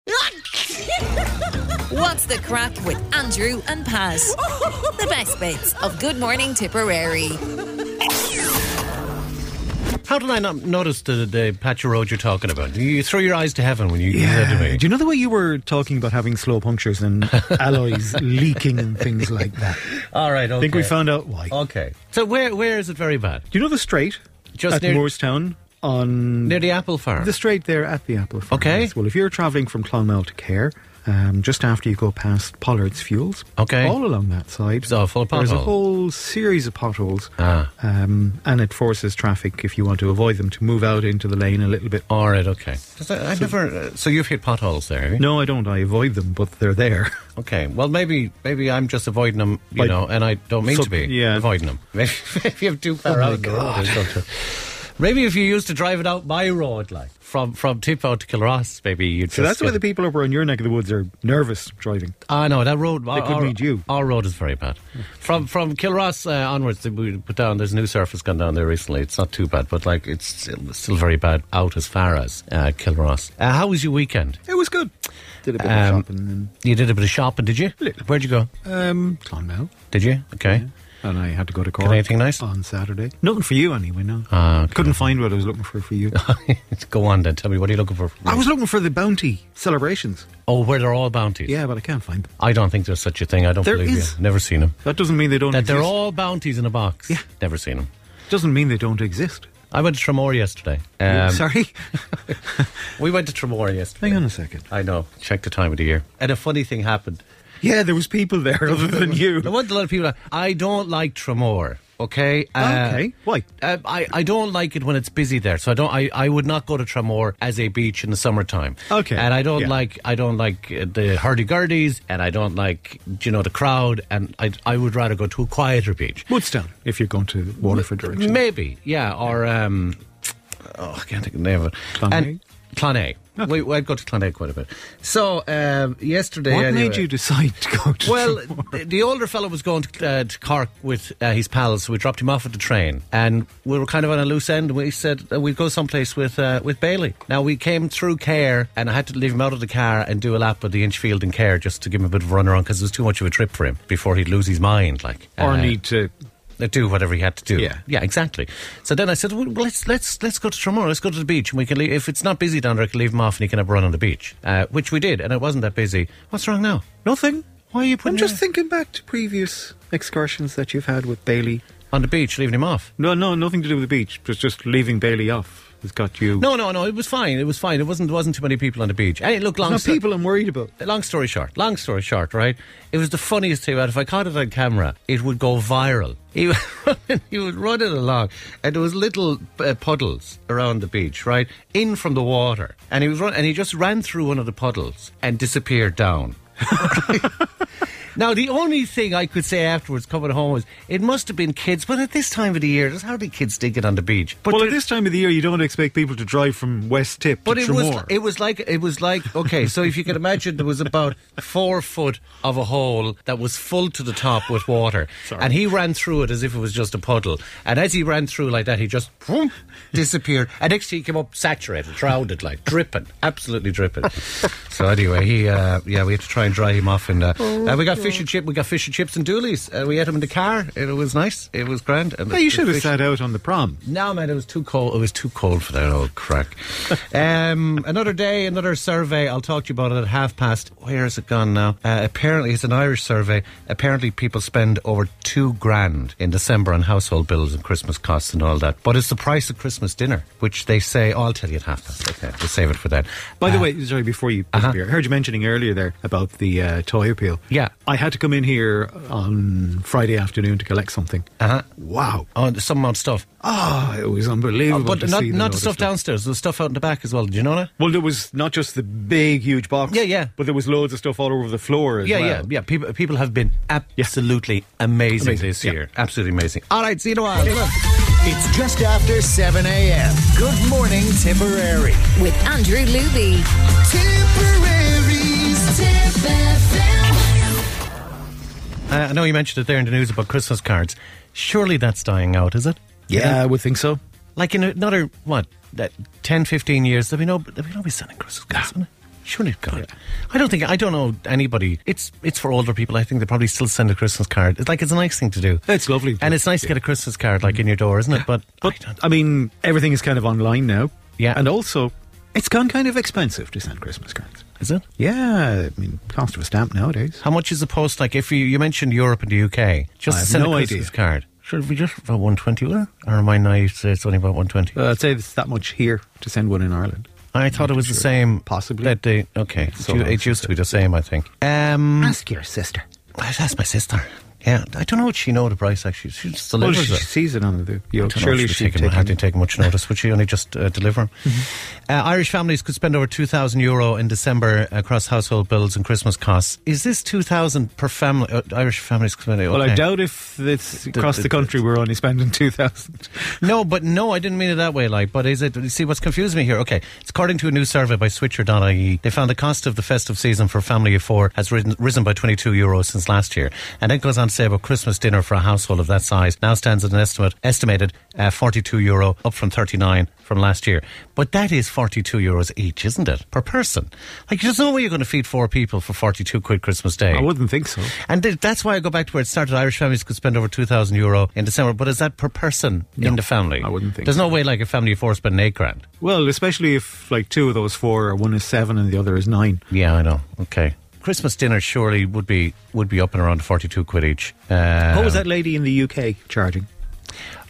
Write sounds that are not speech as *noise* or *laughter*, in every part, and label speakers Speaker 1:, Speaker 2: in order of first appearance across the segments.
Speaker 1: *laughs*
Speaker 2: What's the crack with Andrew and Pat? The best bits of Good Morning Tipperary.
Speaker 3: How did I not notice the, the patch of road you're talking about? You throw your eyes to heaven when you you said to me.
Speaker 4: Do you know the way you were talking about having slow punctures and
Speaker 3: *laughs*
Speaker 4: alloys leaking and things like that?
Speaker 3: All right, okay.
Speaker 4: I think we found out why.
Speaker 3: Okay. So where where is it very bad?
Speaker 4: Do you know the straight
Speaker 3: Just
Speaker 4: at
Speaker 3: near-
Speaker 4: Moorstown on
Speaker 3: Near the apple farm.
Speaker 4: the straight there at the Apple Farm?
Speaker 3: Okay.
Speaker 4: Yes. Well, if you're travelling from Clonmel to Care, um, just after you go past Pollard's Fuels,
Speaker 3: Okay.
Speaker 4: all along that side,
Speaker 3: It's all full of
Speaker 4: there's a
Speaker 3: potholes.
Speaker 4: whole series of potholes,
Speaker 3: Ah.
Speaker 4: um, and it forces traffic if you want to avoid them to move out into the lane a little bit.
Speaker 3: All right, okay. 'Cause I, I never. Uh, so you've hit potholes there. Have you?
Speaker 4: No, I don't. I avoid them, but they're there. *laughs*
Speaker 3: Okay. Well, maybe maybe I'm just avoiding them, you
Speaker 4: By-
Speaker 3: know, and I don't mean
Speaker 4: So-
Speaker 3: to be
Speaker 4: yeah.
Speaker 3: avoiding them. *laughs* Maybe if you have too far
Speaker 4: Oh, my
Speaker 3: out. the road or something. Maybe if you used to drive it out my road, like from from Tipo to Kilross, maybe you'd.
Speaker 4: So
Speaker 3: just
Speaker 4: that's why
Speaker 3: get-
Speaker 4: the people over on your neck of the woods are nervous driving.
Speaker 3: Ah, no, that road. They
Speaker 4: could need you.
Speaker 3: Our road is very bad. From from Kilross uh, onwards, they- we put down. There's a new surface gone down there recently. It's not too bad, but like it's still, still very bad out as far as uh, Kilross. Uh, how was your weekend?
Speaker 4: It was good. Did a bit
Speaker 3: Um,
Speaker 4: of shopping
Speaker 3: You did a bit of shopping, did you?
Speaker 4: Little.
Speaker 3: Where'd you go?
Speaker 4: and um, Clonmel,
Speaker 3: Did you? Okay. *laughs*
Speaker 4: and I had to go to Cork.
Speaker 3: eh? Got anything nice?
Speaker 4: on Saturday? Nothing for you anyway. No,
Speaker 3: Ah, okay.
Speaker 4: couldn't find what I was looking for
Speaker 3: *laughs*
Speaker 4: for you.
Speaker 3: Go on then. Tell me what are you looking for?
Speaker 4: I was looking for the bounty celebrations.
Speaker 3: Oh, where they're all bounties.
Speaker 4: Yeah, but I can't find them.
Speaker 3: I don't think there's such a thing. I don't
Speaker 4: There
Speaker 3: believe
Speaker 4: is.
Speaker 3: you. Never seen them.
Speaker 4: That doesn't mean they don't.
Speaker 3: That they're
Speaker 4: exist.
Speaker 3: all bounties in a box.
Speaker 4: Yeah.
Speaker 3: Never seen them.
Speaker 4: Doesn't mean they don't exist.
Speaker 3: I went to Tremor yesterday. Um,
Speaker 4: *laughs* Sorry.
Speaker 3: We went to Tremor yesterday.
Speaker 4: Hang on a second.
Speaker 3: I know. Check the time of the year. And a funny thing happened.
Speaker 4: Yeah, there was
Speaker 3: *laughs*
Speaker 4: people there other than you.
Speaker 3: I want a lot of people. to- I don't like Tremor. Okay.
Speaker 4: Okay. Why?
Speaker 3: Uh, I, I don't like it when it's busy there, so I don't. I, I would not go to Tramore as a beach in the summertime.
Speaker 4: Okay.
Speaker 3: And I don't
Speaker 4: Yeah.
Speaker 3: like I don't like uh, the hurdy gurdies, and I don't like you know the crowd, and I I would rather go to a quieter beach.
Speaker 4: Woodstown. If you're going to Waterford direction.
Speaker 3: Maybe, yeah, or um, oh, I can't think of the name of it.
Speaker 4: Clonay?
Speaker 3: And Clonay. We, I'd go to Clonay quite a bit. So um, yesterday,
Speaker 4: what
Speaker 3: anyway-
Speaker 4: made you decide to go
Speaker 3: *laughs*
Speaker 4: to?
Speaker 3: well, the, the older fellow was going to, uh, to Cork with uh, his pals, so we dropped him off at the train, and we were kind of on a loose end. and We said uh, we'd go someplace with uh, with Bailey. Now we came through Care, and I had to leave him out of the car and do a lap of the Inchfield in Care just to give him a bit of a run around because it was too much of a trip for him before he'd lose his mind. Like
Speaker 4: *laughs* or
Speaker 3: Uh,
Speaker 4: need to
Speaker 3: uh, do whatever he had to do.
Speaker 4: Yeah.
Speaker 3: yeah, exactly. So then I said, well, let's let's let's go to Tremor. Let's go to the beach, and we can leave. If it's not busy down there, I can leave him off, and he can have a run on the beach, uh, which we did, and it wasn't that busy. What's wrong now?
Speaker 4: nothing.
Speaker 3: Why are you putting
Speaker 4: I'm just
Speaker 3: your-
Speaker 4: thinking back to previous excursions that you've had with Bailey.
Speaker 3: on the beach, leaving him off?
Speaker 4: No, no, nothing to do with the beach. Just just leaving Bailey off has got you.
Speaker 3: No, no, no. It was fine. It was fine. It wasn't. There wasn't too many people on the beach. Hey, look, long
Speaker 4: Now,
Speaker 3: sto-
Speaker 4: people I'm worried about.
Speaker 3: Long story short. Long story short. Right. It was the funniest thing. About if I caught it on camera, it would go viral. *laughs* He would run, he would run it along, and there was little uh, puddles around the beach, right, in from the water, and he was run, and he just ran through one of the puddles and disappeared down. *laughs* Now, the only thing I could say afterwards coming home was it must have been kids, but at this time of the year, there's hardly kids digging on the beach. But
Speaker 4: well,
Speaker 3: there-
Speaker 4: at this time of the year, you don't expect people to drive from West Tip
Speaker 3: but
Speaker 4: to
Speaker 3: it was
Speaker 4: Tremor.
Speaker 3: it was like it was like okay. So if you can imagine, there was about four foot of a hole that was full to the top with
Speaker 4: *laughs*
Speaker 3: water, and he ran through it as if it was just a puddle. And as he ran through like that, he just whoom, disappeared. And next thing he came up saturated, shrouded, like dripping, absolutely dripping.
Speaker 4: *laughs*
Speaker 3: so anyway, he uh, yeah, we had to try and dry him off, and uh,
Speaker 4: Oh,
Speaker 3: uh, we got fish and chip, we got fish and chips and doolies. Uh, we had him in the car. It was nice. It was grand. And
Speaker 4: Yeah,
Speaker 3: the-
Speaker 4: you
Speaker 3: the
Speaker 4: should have
Speaker 3: fish-
Speaker 4: sat out on the prom.
Speaker 3: no, man, it was too cold. It was too cold for that old
Speaker 4: *laughs*
Speaker 3: crack. um, another day, another survey. I'll talk to you about it at half past. Where has it gone now? Uh, apparently, it's an Irish survey. Apparently, people spend over two grand in December on household bills and Christmas costs and all that. But it's the price of Christmas dinner, which they say. Oh, I'll tell you at half past. Okay, we'll save it for Uh, then.
Speaker 4: By the way, sorry, before you disappear, I heard you mentioning earlier there about the uh, toy appeal.
Speaker 3: Yeah.
Speaker 4: I had to come in here on Friday afternoon to collect something.
Speaker 3: Uh-huh.
Speaker 4: Wow.
Speaker 3: Oh, there's some odd stuff,
Speaker 4: Oh, it was unbelievable.
Speaker 3: but
Speaker 4: to
Speaker 3: not
Speaker 4: see the
Speaker 3: not
Speaker 4: load
Speaker 3: the
Speaker 4: of
Speaker 3: stuff downstairs. There's stuff out in the back as well. Do you know that?
Speaker 4: Well, there was not just the big, huge box.
Speaker 3: Yeah, yeah.
Speaker 4: But there was loads of stuff all over the floor as
Speaker 3: Yeah,
Speaker 4: well.
Speaker 3: yeah, yeah. People, people have been absolutely amazing,
Speaker 4: Amazing,
Speaker 3: this
Speaker 4: yeah.
Speaker 3: year. Absolutely amazing. All right, see you in a while.
Speaker 5: It's just after 7 a.m. Good morning, Tipperary.
Speaker 2: With Andrew Luby.
Speaker 5: Tipperary's Tip FM.
Speaker 3: Uh, I know you mentioned it there in the news about Christmas cards. Surely that's dying out, is it?
Speaker 4: Yeah, I would think so.
Speaker 3: Like in another, what, that 10, 15 years, there'll be, no, there'll be nobody selling Christmas cards, will there? Shouldn't it, God? I don't think I don't know anybody. It's it's for older people. I think they probably still send a Christmas card. It's like it's a nice thing to do.
Speaker 4: It's lovely.
Speaker 3: and it's nice to get a Christmas card like in your door, isn't it? But,
Speaker 4: But
Speaker 3: I don't,
Speaker 4: I, mean, everything is kind of online now.
Speaker 3: Yeah.
Speaker 4: and also it's gone kind of expensive to send Christmas cards.
Speaker 3: is it?
Speaker 4: Yeah, I mean, cost of a stamp nowadays.
Speaker 3: How much is the post like? If you you mentioned Europe and the UK, just to
Speaker 4: I have
Speaker 3: send
Speaker 4: no
Speaker 3: a
Speaker 4: idea.
Speaker 3: Christmas card. Should we just about one twenty? Or am I naive? to Say it's only about one twenty.
Speaker 4: Uh, I'd say it's that much here to send one in Ireland.
Speaker 3: I thought it was the same.
Speaker 4: Possibly.
Speaker 3: That they, okay, so
Speaker 4: long
Speaker 3: it used to be the same, I think. Um,
Speaker 4: Ask your sister.
Speaker 3: that's my sister. Yeah, I don't know what she know the price actually. She just
Speaker 4: Well,
Speaker 3: delivers
Speaker 4: she
Speaker 3: it.
Speaker 4: sees it on the. You know,
Speaker 3: I don't know if
Speaker 4: surely
Speaker 3: she'd
Speaker 4: she'd
Speaker 3: taken-
Speaker 4: taken-
Speaker 3: hadn't taken much notice. Would she only just uh, deliver 'em?
Speaker 4: *laughs* Mm-hmm.
Speaker 3: Uh, Irish families could spend over two thousand euro in December across household bills and Christmas costs. Is this two thousand per family? Uh, Irish families could spend. Okay.
Speaker 4: Well, I doubt if it's across
Speaker 3: the-
Speaker 4: the country we're only spending *laughs* two thousand.
Speaker 3: No, but no, I didn't mean it that way. Like, but is it? you See, what's confusing me here? Okay, it's according to a new survey by Switcher.ie. E, They found the cost of the festive season for a family of four has risen, risen by 22 euros since last year, and it goes on to say about Christmas dinner for a household of that size now stands at an estimate estimated uh, 42 euro, up from 39 from last year. But that is 42 euros each, isn't it, per person? Like, there's no way you're going to feed four people for 42 quid Christmas Day.
Speaker 4: I wouldn't think so.
Speaker 3: And th- that's why I go back to where it started. Irish families could spend over two thousand euro in December, but is that per person in the family?
Speaker 4: I wouldn't think
Speaker 3: There's no
Speaker 4: so.
Speaker 3: way like a family of four spend eight grand.
Speaker 4: Well, especially if like two of those four, are one is seven and the other is nine.
Speaker 3: Yeah, I know. Okay, Christmas dinner surely would be would be up and around forty two quid each. Uh,
Speaker 4: what was that lady in the UK charging?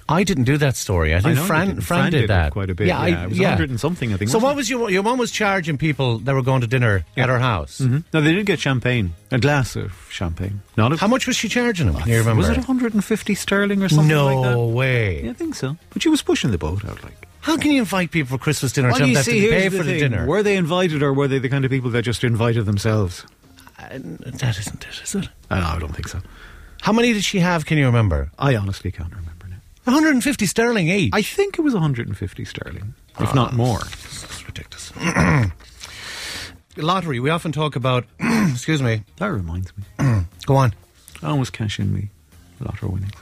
Speaker 3: I didn't do that story. I think
Speaker 4: know you
Speaker 3: Fran,
Speaker 4: didn't.
Speaker 3: Fran,
Speaker 4: Fran
Speaker 3: did,
Speaker 4: did it
Speaker 3: that
Speaker 4: quite a bit,
Speaker 3: I-
Speaker 4: yeah. It was 100 and something, I think,
Speaker 3: So
Speaker 4: wasn't
Speaker 3: what
Speaker 4: it?
Speaker 3: was your your mum was charging people that were going to dinner
Speaker 4: Yeah. Mm-hmm.
Speaker 3: at her house?
Speaker 4: Hmm? No, they did get champagne, a glass of champagne. Not a,
Speaker 3: How much was she charging them? Can you remember?
Speaker 4: Was it 150 sterling or something
Speaker 3: no
Speaker 4: like that?
Speaker 3: way.
Speaker 4: Yeah, I think so. But she was pushing the boat out like.
Speaker 3: How can you invite people for Christmas dinner? and tell
Speaker 4: Well,
Speaker 3: them
Speaker 4: you
Speaker 3: they have
Speaker 4: see,
Speaker 3: to
Speaker 4: here's
Speaker 3: pay
Speaker 4: the
Speaker 3: for the
Speaker 4: thing.
Speaker 3: dinner.
Speaker 4: Were they invited, or were they the kind of people that just invited themselves?
Speaker 3: Uh, That isn't it, is it?
Speaker 4: I, I don't think so.
Speaker 3: How many did she have? Can you remember?
Speaker 4: I honestly can't remember now.
Speaker 3: 150 sterling each.
Speaker 4: I think it was 150 sterling, if not more.
Speaker 3: That's ridiculous. Lottery. We often talk about. *clears throat* excuse me.
Speaker 4: That reminds me.
Speaker 3: Go on.
Speaker 4: I almost cash in me lotto winnings.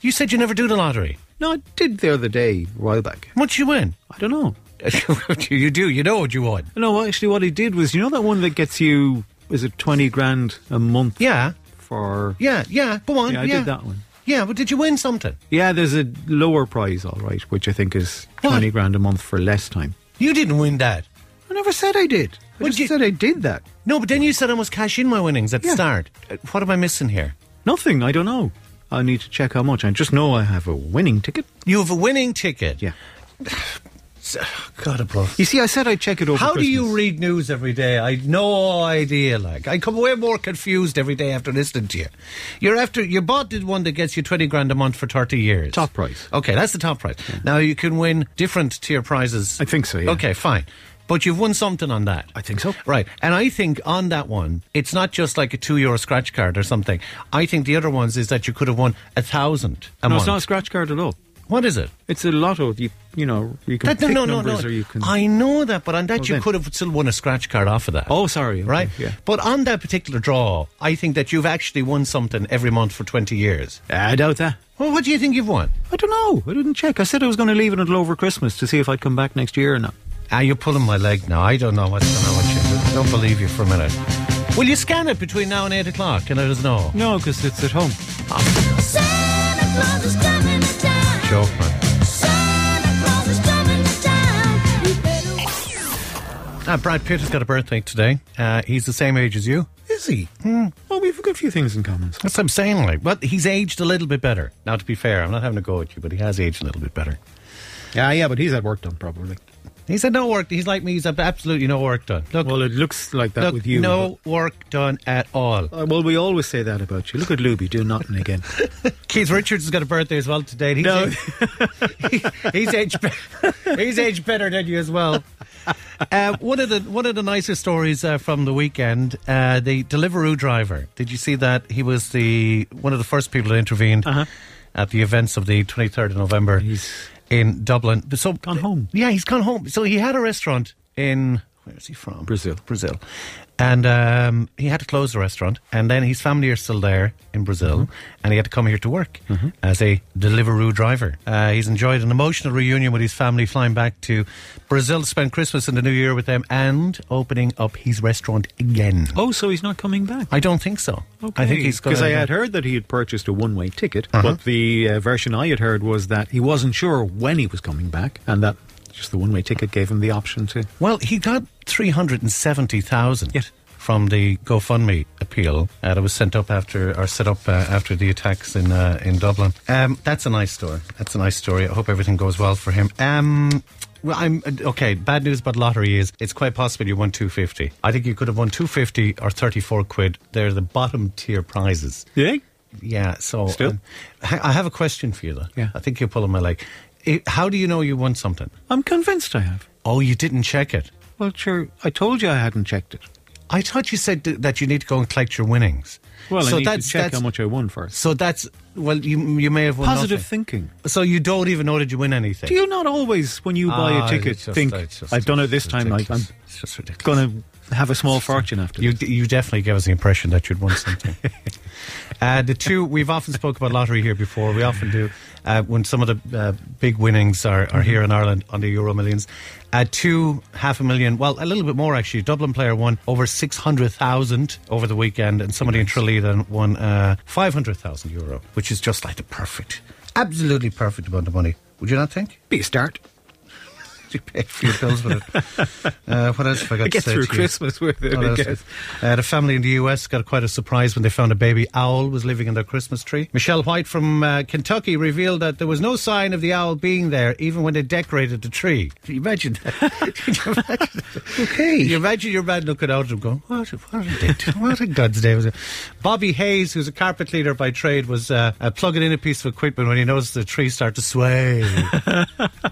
Speaker 3: You said you never do the lottery.
Speaker 4: No, I did the other day, a while back.
Speaker 3: How much you win?
Speaker 4: I don't know.
Speaker 3: *laughs* you do. You know what you won.
Speaker 4: No, actually, what I did was, you know that one that gets you, is it 20 grand a month
Speaker 3: Yeah.
Speaker 4: for.
Speaker 3: Yeah. Yeah. Go on.
Speaker 4: Yeah, I did that one.
Speaker 3: Yeah, but did you win something?
Speaker 4: Yeah, there's a lower prize, all right, which I think is 20
Speaker 3: What?
Speaker 4: grand a month for less time.
Speaker 3: You didn't win that.
Speaker 4: I never said I did. I
Speaker 3: Well,
Speaker 4: just
Speaker 3: you-
Speaker 4: said I did that.
Speaker 3: No, but then you said I must cash in my winnings at the
Speaker 4: Yeah.
Speaker 3: start. Uh, What am I missing here?
Speaker 4: Nothing, I don't know. I need to check how much. I just know I have a winning ticket.
Speaker 3: You have a winning ticket. Oh,
Speaker 4: Yeah.
Speaker 3: God above.
Speaker 4: You see, I said I'd check it over.
Speaker 3: How do you
Speaker 4: Christmas.
Speaker 3: read news every day? I no idea. Like I come way more confused every day after listening to you. You're after you bought the one that gets you twenty grand a month for thirty years.
Speaker 4: Top prize.
Speaker 3: Okay, that's the top prize. Now you can win different tier prizes.
Speaker 4: I think so, yeah.
Speaker 3: Okay, fine. But you've won something on that.
Speaker 4: I think so.
Speaker 3: Right. And I think on that one, it's not just like a two euro scratch card or something. I think the other ones is that you could have won a thousand a
Speaker 4: No,
Speaker 3: month.
Speaker 4: it's not a scratch card at all.
Speaker 3: what is it?
Speaker 4: It's a lotto. You, you know, you can
Speaker 3: That,
Speaker 4: pick
Speaker 3: no, no,
Speaker 4: numbers
Speaker 3: no,
Speaker 4: or
Speaker 3: no.
Speaker 4: you can.
Speaker 3: I know that, but on that
Speaker 4: Well,
Speaker 3: you
Speaker 4: then.
Speaker 3: could have still won a scratch card off of that.
Speaker 4: Oh, sorry. okay,
Speaker 3: right?
Speaker 4: Yeah.
Speaker 3: But on that particular draw, I think that you've actually won something every month for 20 years.
Speaker 4: I doubt that.
Speaker 3: Well, what do you think you've won?
Speaker 4: I don't know. I didn't check. I said I was going to leave it until over Christmas to see if I'd come back next year or not.
Speaker 3: Ah, you're pulling my leg now. I don't know what's going on with you. I don't believe you for a minute. Will you scan it between now and 8 o'clock and let us know?
Speaker 4: No, because it's at home.
Speaker 6: Santa Claus is coming to town.
Speaker 3: Joke, man.
Speaker 6: Santa Claus is coming to town. You better.
Speaker 3: Ah, Brad Pitt has got a birthday today. Uh, he's the same age as you. Is he?
Speaker 4: Hmm. Well, we've a good few things in common. so-
Speaker 3: That's what I'm saying, like. But he's aged a little bit better. Now, to be fair, I'm not having a go at you, but he has aged a little bit better.
Speaker 4: Yeah, yeah, but he's had work done probably.
Speaker 3: He's had no work. He's like me. He's had absolutely no work done. Look,
Speaker 4: Well, it looks like that
Speaker 3: look
Speaker 4: with you.
Speaker 3: no work done at all.
Speaker 4: but- Uh, well, we always say that about you. Look at Luby, do nothing *laughs* again.
Speaker 3: Keith Richards has got a birthday as well today. He's
Speaker 4: No.
Speaker 3: aged, he- he's aged *laughs* be- *laughs* he's aged better than you as well. Uh, one of the one of the nicer stories uh, from the weekend, uh, the Deliveroo driver. Did you see that? He was the one of the first people that intervened
Speaker 4: Uh-huh.
Speaker 3: at the events of the 23rd of November
Speaker 4: He's
Speaker 3: in Dublin. So
Speaker 4: gone home.
Speaker 3: Yeah, he's gone home. So he had a restaurant in where is he from?
Speaker 4: Brazil.
Speaker 3: Brazil. And um, he had to close the restaurant. And then his family are still there in Brazil. And he had to come here to work as a Deliveroo driver. Uh, he's enjoyed an emotional reunion with his family, flying back to Brazil to spend Christmas and the New Year with them and opening up his restaurant again.
Speaker 7: Oh, so he's not coming back.
Speaker 3: I don't think so. I think
Speaker 7: Okay.
Speaker 3: he's going
Speaker 4: Because I had heard that he had purchased a one way ticket, but the uh, version I had heard was that he wasn't sure when he was coming back and that just the one way ticket gave him the option to.
Speaker 3: Well, he got 370,000
Speaker 4: Yes.
Speaker 3: from the GoFundMe appeal uh, that was sent up after or set up uh, after the attacks in uh, in Dublin. Um, that's a nice story. That's a nice story. I hope everything goes well for him. Um well, I'm uh, okay. Bad news about lottery is it's quite possible you won 250. I think you could have won 250 or 34 quid. They're the bottom tier prizes.
Speaker 4: Yeah?
Speaker 3: Yeah, so
Speaker 4: Still?
Speaker 3: um, I I have a question for you though.
Speaker 4: Yeah.
Speaker 3: I think you're pulling my leg. I- how do you know you won something?
Speaker 4: I'm convinced I have.
Speaker 3: Oh, you didn't check it.
Speaker 4: Well, sure. I told you I hadn't checked it.
Speaker 3: I thought you said th- that you need to go and collect your winnings.
Speaker 4: Well, I need
Speaker 3: that's,
Speaker 4: to check
Speaker 3: that's-
Speaker 4: how much I won first.
Speaker 3: So that's well, you you may have won
Speaker 4: Positive
Speaker 3: nothing.
Speaker 4: thinking.
Speaker 3: So you don't even know that you win anything.
Speaker 4: Do you not always, when you buy
Speaker 3: Ah,
Speaker 4: a ticket,
Speaker 3: it's just-
Speaker 4: think,
Speaker 3: it's just-
Speaker 4: I've done it
Speaker 3: it's
Speaker 4: this time, I, I'm
Speaker 3: ridiculous. it's just ridiculous.
Speaker 4: going to have a
Speaker 3: *laughs*
Speaker 4: small fortune after
Speaker 3: You,
Speaker 4: this?
Speaker 3: you definitely gave us the impression that you'd won
Speaker 4: *laughs*
Speaker 3: something. uh, the two we've often spoke about lottery here before. We often do uh, when some of the uh, big winnings are,
Speaker 4: Mm-hmm.
Speaker 3: are here in Ireland on the Euro Millions. Uh, two half a million, well, a little bit more actually. Dublin player won over six hundred thousand over the weekend, and somebody in Trinidad won uh, five hundred thousand euro, which is just like the perfect, absolutely perfect amount of money. Would you not think? *laughs*
Speaker 4: Be a start.
Speaker 3: You pay for your bills with
Speaker 4: *laughs*
Speaker 3: it. Uh, what else have I got
Speaker 4: I
Speaker 3: to
Speaker 4: get
Speaker 3: say
Speaker 4: through
Speaker 3: to you?
Speaker 4: Christmas *laughs* with
Speaker 3: *laughs*
Speaker 4: it,
Speaker 3: What
Speaker 4: I
Speaker 3: else?
Speaker 4: guess.
Speaker 3: Uh, the family in the US got quite a surprise when they found a baby owl was living in their Christmas tree. Michelle White from uh, Kentucky revealed that there was no sign of the owl being there, even when they decorated the tree. Can you imagine *laughs* that? Can you imagine that? Can you imagine your man looking out and going, "What? What are they doing? What in God's name?" Is it? Bobby Hayes, who's a carpet cleaner by trade, was uh, uh, plugging in a piece of equipment when he noticed the tree start to *laughs* sway.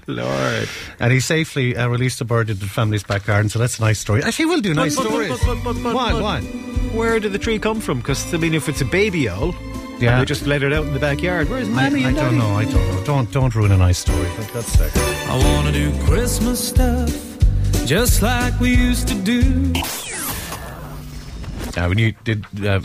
Speaker 4: Lord.
Speaker 3: And he safely uh, released the bird into the family's back garden, so that's a nice story. Actually, we'll do nice
Speaker 4: but- but-
Speaker 3: stories.
Speaker 4: but- but- but-
Speaker 3: Why?
Speaker 4: but-
Speaker 3: Why?
Speaker 4: Where did the tree come from? Because I mean, if it's a baby owl,
Speaker 3: Yeah.
Speaker 4: yeah, they just let it out in the backyard. Where's
Speaker 3: I,
Speaker 4: mommy
Speaker 3: I
Speaker 4: and
Speaker 3: don't
Speaker 4: daddy?
Speaker 3: know. I don't know. Don't don't ruin a nice story. That's sick.
Speaker 8: I wanna do Christmas stuff just like we used to do.
Speaker 3: Now, when you did um,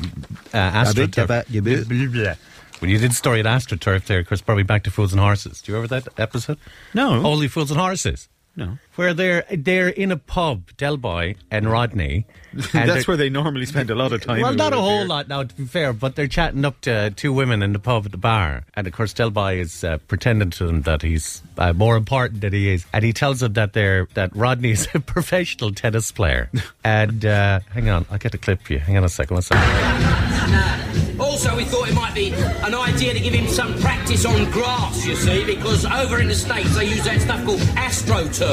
Speaker 3: uh,
Speaker 4: bit, a bit, a bit.
Speaker 3: AstroTurf, when you did story at AstroTurf, there, Chris, probably back to Fools and Horses. Do you remember that episode?
Speaker 4: No.
Speaker 3: Only Fools and Horses.
Speaker 4: Hmm? No.
Speaker 3: Where they're they're in a pub, Delboy and Rodney. And they're-
Speaker 4: *laughs* That's where they normally spend a lot of time.
Speaker 3: Well,
Speaker 4: in
Speaker 3: not a
Speaker 4: the
Speaker 3: whole
Speaker 4: beer.
Speaker 3: lot now, to be fair, but they're chatting up to two women in the pub at the bar. And of course, Delby is uh, pretending to them that he's uh, more important than he is. And he tells them that they're, that Rodney is *laughs* a professional tennis *laughs* player. and uh, hang on, I'll get a clip for you. Hang on a second. One second.
Speaker 9: Also, we thought it might be an idea to give him some practice on grass, you see, because over in the States they use that stuff called astroturf.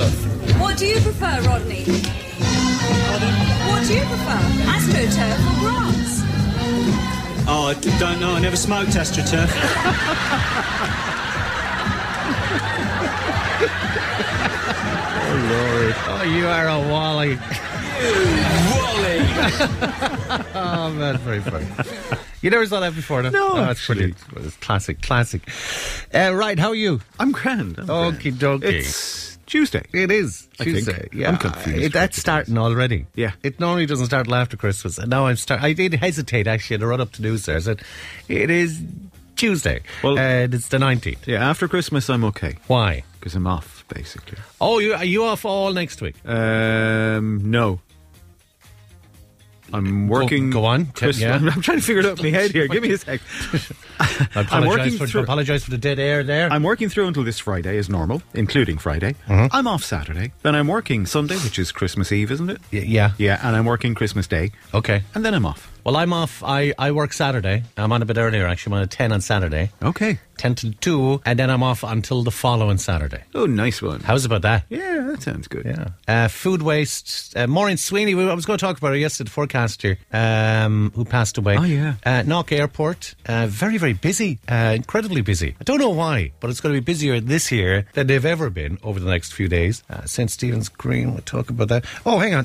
Speaker 1: What do you prefer, Rodney? What do you prefer, astroturf or grass?
Speaker 10: Oh, I d- don't know. I never smoked AstroTurf.
Speaker 3: Oh, you are a Wally.
Speaker 9: Wally!
Speaker 3: Oh, man, very funny. *laughs* You never saw that before, no?
Speaker 4: No,
Speaker 3: Oh, that's
Speaker 4: actually.
Speaker 3: brilliant. It's classic, classic. Uh, right, how are you?
Speaker 4: I'm grand. I'm grand.
Speaker 3: Okie dokie.
Speaker 4: It's Tuesday.
Speaker 3: It is
Speaker 4: I think.
Speaker 3: Tuesday. Yeah,
Speaker 4: I'm confused
Speaker 3: It,
Speaker 4: what it
Speaker 3: that's
Speaker 4: is.
Speaker 3: starting already.
Speaker 4: Yeah.
Speaker 3: it normally doesn't start till after Christmas, and now I'm start. I did hesitate actually to run up to news there. I said, "It is Tuesday,
Speaker 4: Well-
Speaker 3: and it's the 19th.
Speaker 4: Yeah, after Christmas, I'm okay
Speaker 3: Why?
Speaker 4: because I'm off basically.
Speaker 3: Oh, you are you off all next week?
Speaker 4: Um, no. I'm working.
Speaker 3: go on, t-
Speaker 4: Christ-
Speaker 3: yeah.
Speaker 4: *laughs* I'm, I'm trying to figure it out in my head here. Give me a sec.
Speaker 3: *laughs* I apologize
Speaker 4: working
Speaker 3: for
Speaker 4: through-
Speaker 3: apologize for the dead air there.
Speaker 4: I'm working through until this Friday as normal, including Friday.
Speaker 3: Mm-hmm.
Speaker 4: I'm off Saturday. Then I'm working Sunday, which is Christmas Eve, isn't it?
Speaker 3: Y- yeah.
Speaker 4: Yeah, and I'm working Christmas Day,
Speaker 3: Okay.
Speaker 4: and then I'm off.
Speaker 3: Well, I'm off. I, I work Saturday. I'm on a bit earlier actually. I'm on a 10 on Saturday,
Speaker 4: Okay.
Speaker 3: 10 to 2, and then I'm off until the following Saturday.
Speaker 4: Oh, nice one.
Speaker 3: How's about that?
Speaker 4: yeah, that sounds good.
Speaker 3: Yeah. Uh, food waste. Uh, Maureen Sweeney, we, I was going to talk about her yesterday, the forecaster, um, who passed away.
Speaker 4: Oh, yeah.
Speaker 3: Uh, Knock Airport. Uh, very, very busy. Uh, incredibly busy. I don't know why, but it's going to be busier this year than they've ever been over the next few days. Uh, St. *clears throat* Stephen's Green, we'll talk about that. Oh, hang on.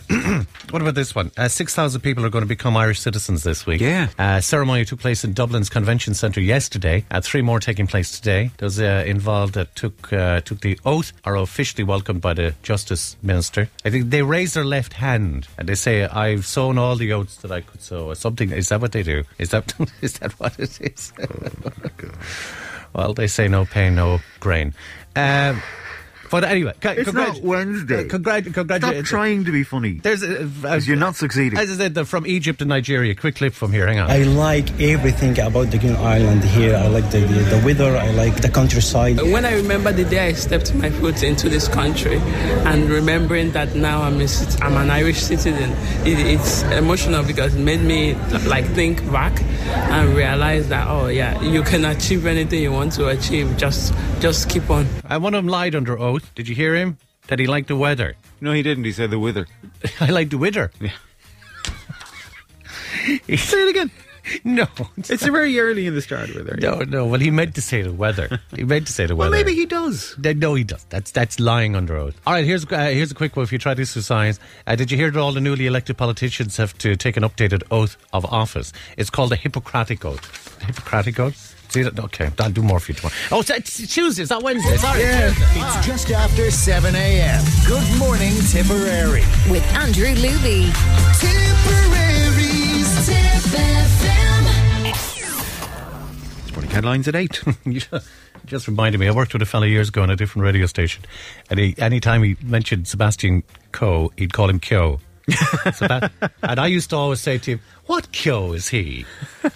Speaker 3: what about this one? Uh, 6,000 people are going to become Irish citizens lessons this week.
Speaker 4: Yeah.
Speaker 3: Uh, ceremony took place in Dublin's Convention Centre yesterday. Uh, three more taking place today. Those uh, involved that took uh, took the oath are officially welcomed by the Justice Minister. I think they raise their left hand and they say, "I've sown all the oats that I could sow." Or something. Is that what they do? Is that *laughs* is that what it is?
Speaker 7: Oh,
Speaker 3: well, they say no pain, no grain. Um, but anyway, c-
Speaker 7: It's
Speaker 3: congrat-
Speaker 7: not Wednesday.
Speaker 3: Uh, congrat-
Speaker 7: Stop
Speaker 3: congratulations.
Speaker 7: trying to be funny.
Speaker 3: There's a, uh,
Speaker 7: Because you're not succeeding.
Speaker 3: As I said, they're from Egypt and Nigeria. Quick clip from here. Hang on.
Speaker 8: I like everything about the Green Island here. I like the, the, the weather, I like the countryside.
Speaker 9: When I remember the day I stepped my foot into this country and remembering that now I'm, a, cit- I'm an Irish citizen, it, it's emotional because it made me like think back and realize that, oh yeah, you can achieve anything you want to achieve. Just, just keep on.
Speaker 3: And one of them lied under oath. Did you hear him? That he liked the weather. *laughs*
Speaker 7: No, he didn't. He said the wither.
Speaker 3: I like the wither. *laughs*
Speaker 4: Say it again.
Speaker 3: No, *laughs*
Speaker 4: It's very early in the start with her.
Speaker 3: no, no. Well, he meant to say the weather. He meant to say the
Speaker 4: *laughs* Well,
Speaker 3: weather.
Speaker 4: maybe he does.
Speaker 3: Th- No, he does. That's that's lying under oath. All right, here's uh, here's a quick one. If you try this for science, uh, did you hear that all the newly elected politicians have to take an updated oath of office? It's called the Hippocratic oath. Hippocratic oath. See that? Okay, I'll do more for you tomorrow. Oh, it's, it's Tuesday. It's not Wednesday. Sorry.
Speaker 5: It's just after 7 a.m. Good morning, Tipperary.
Speaker 2: with Andrew Luby.
Speaker 5: Tipperary's
Speaker 6: Tip FM.
Speaker 4: Sporting headlines at eight.
Speaker 3: *laughs* You just reminded me. I worked with a fellow years ago on a different radio station, and he, anytime he mentioned Sebastian Coe, he'd call him Kyo. Seba- and I used to always say to him, "What Kyo is he?"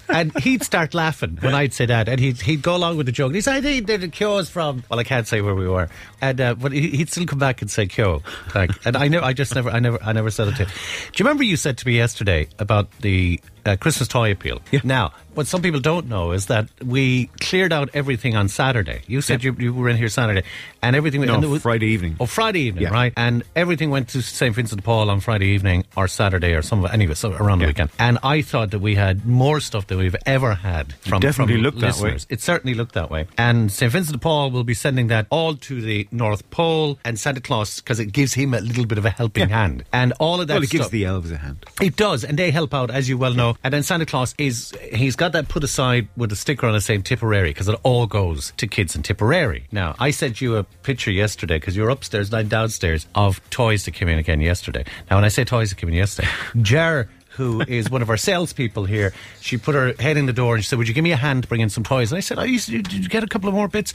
Speaker 3: And he'd start laughing when I'd say that, and he'd he'd go along with the joke. And he'd say, "I think the Kyo's from." Well, I can't say where we were, and uh, but he- he'd still come back and say Kyo. Like, and I never, I just never, I never, I never said it to him. Do you remember you said to me yesterday about the uh, Christmas toy appeal? Now, what some people don't know is that we cleared out everything on Saturday. You said you, you were in here Saturday, and everything.
Speaker 4: No,
Speaker 3: and there was-
Speaker 4: Friday evening.
Speaker 3: Oh, Friday evening,
Speaker 4: Yeah.
Speaker 3: right? And everything went to St. Vincent de Paul on Friday evening or Saturday or some anyway, so around the
Speaker 4: Yeah.
Speaker 3: weekend. And I thought that we had more stuff than we've ever had from
Speaker 7: definitely
Speaker 3: from
Speaker 7: looked that way.
Speaker 3: listeners. It certainly looked that way. And St. Vincent de Paul will be sending that all to the North Pole and Santa Claus because it gives him a little bit of a helping hand. And all of that
Speaker 4: well, it gives
Speaker 3: stuff-
Speaker 4: the elves a hand.
Speaker 3: it does, and they help out, as you well know. And then Santa Claus is, he's got that put aside with a sticker on it saying Tipperary, because it all goes to kids in Tipperary. Now, I sent you a picture yesterday, because you were upstairs and I'm downstairs, of toys that came in again yesterday. Now, when I say toys that came in yesterday, *laughs* Jar. Who is one of our salespeople here? She put her head in the door and she said, "Would you give me a hand to bring in some toys?" And I said, "I used to did you get a couple of more bits."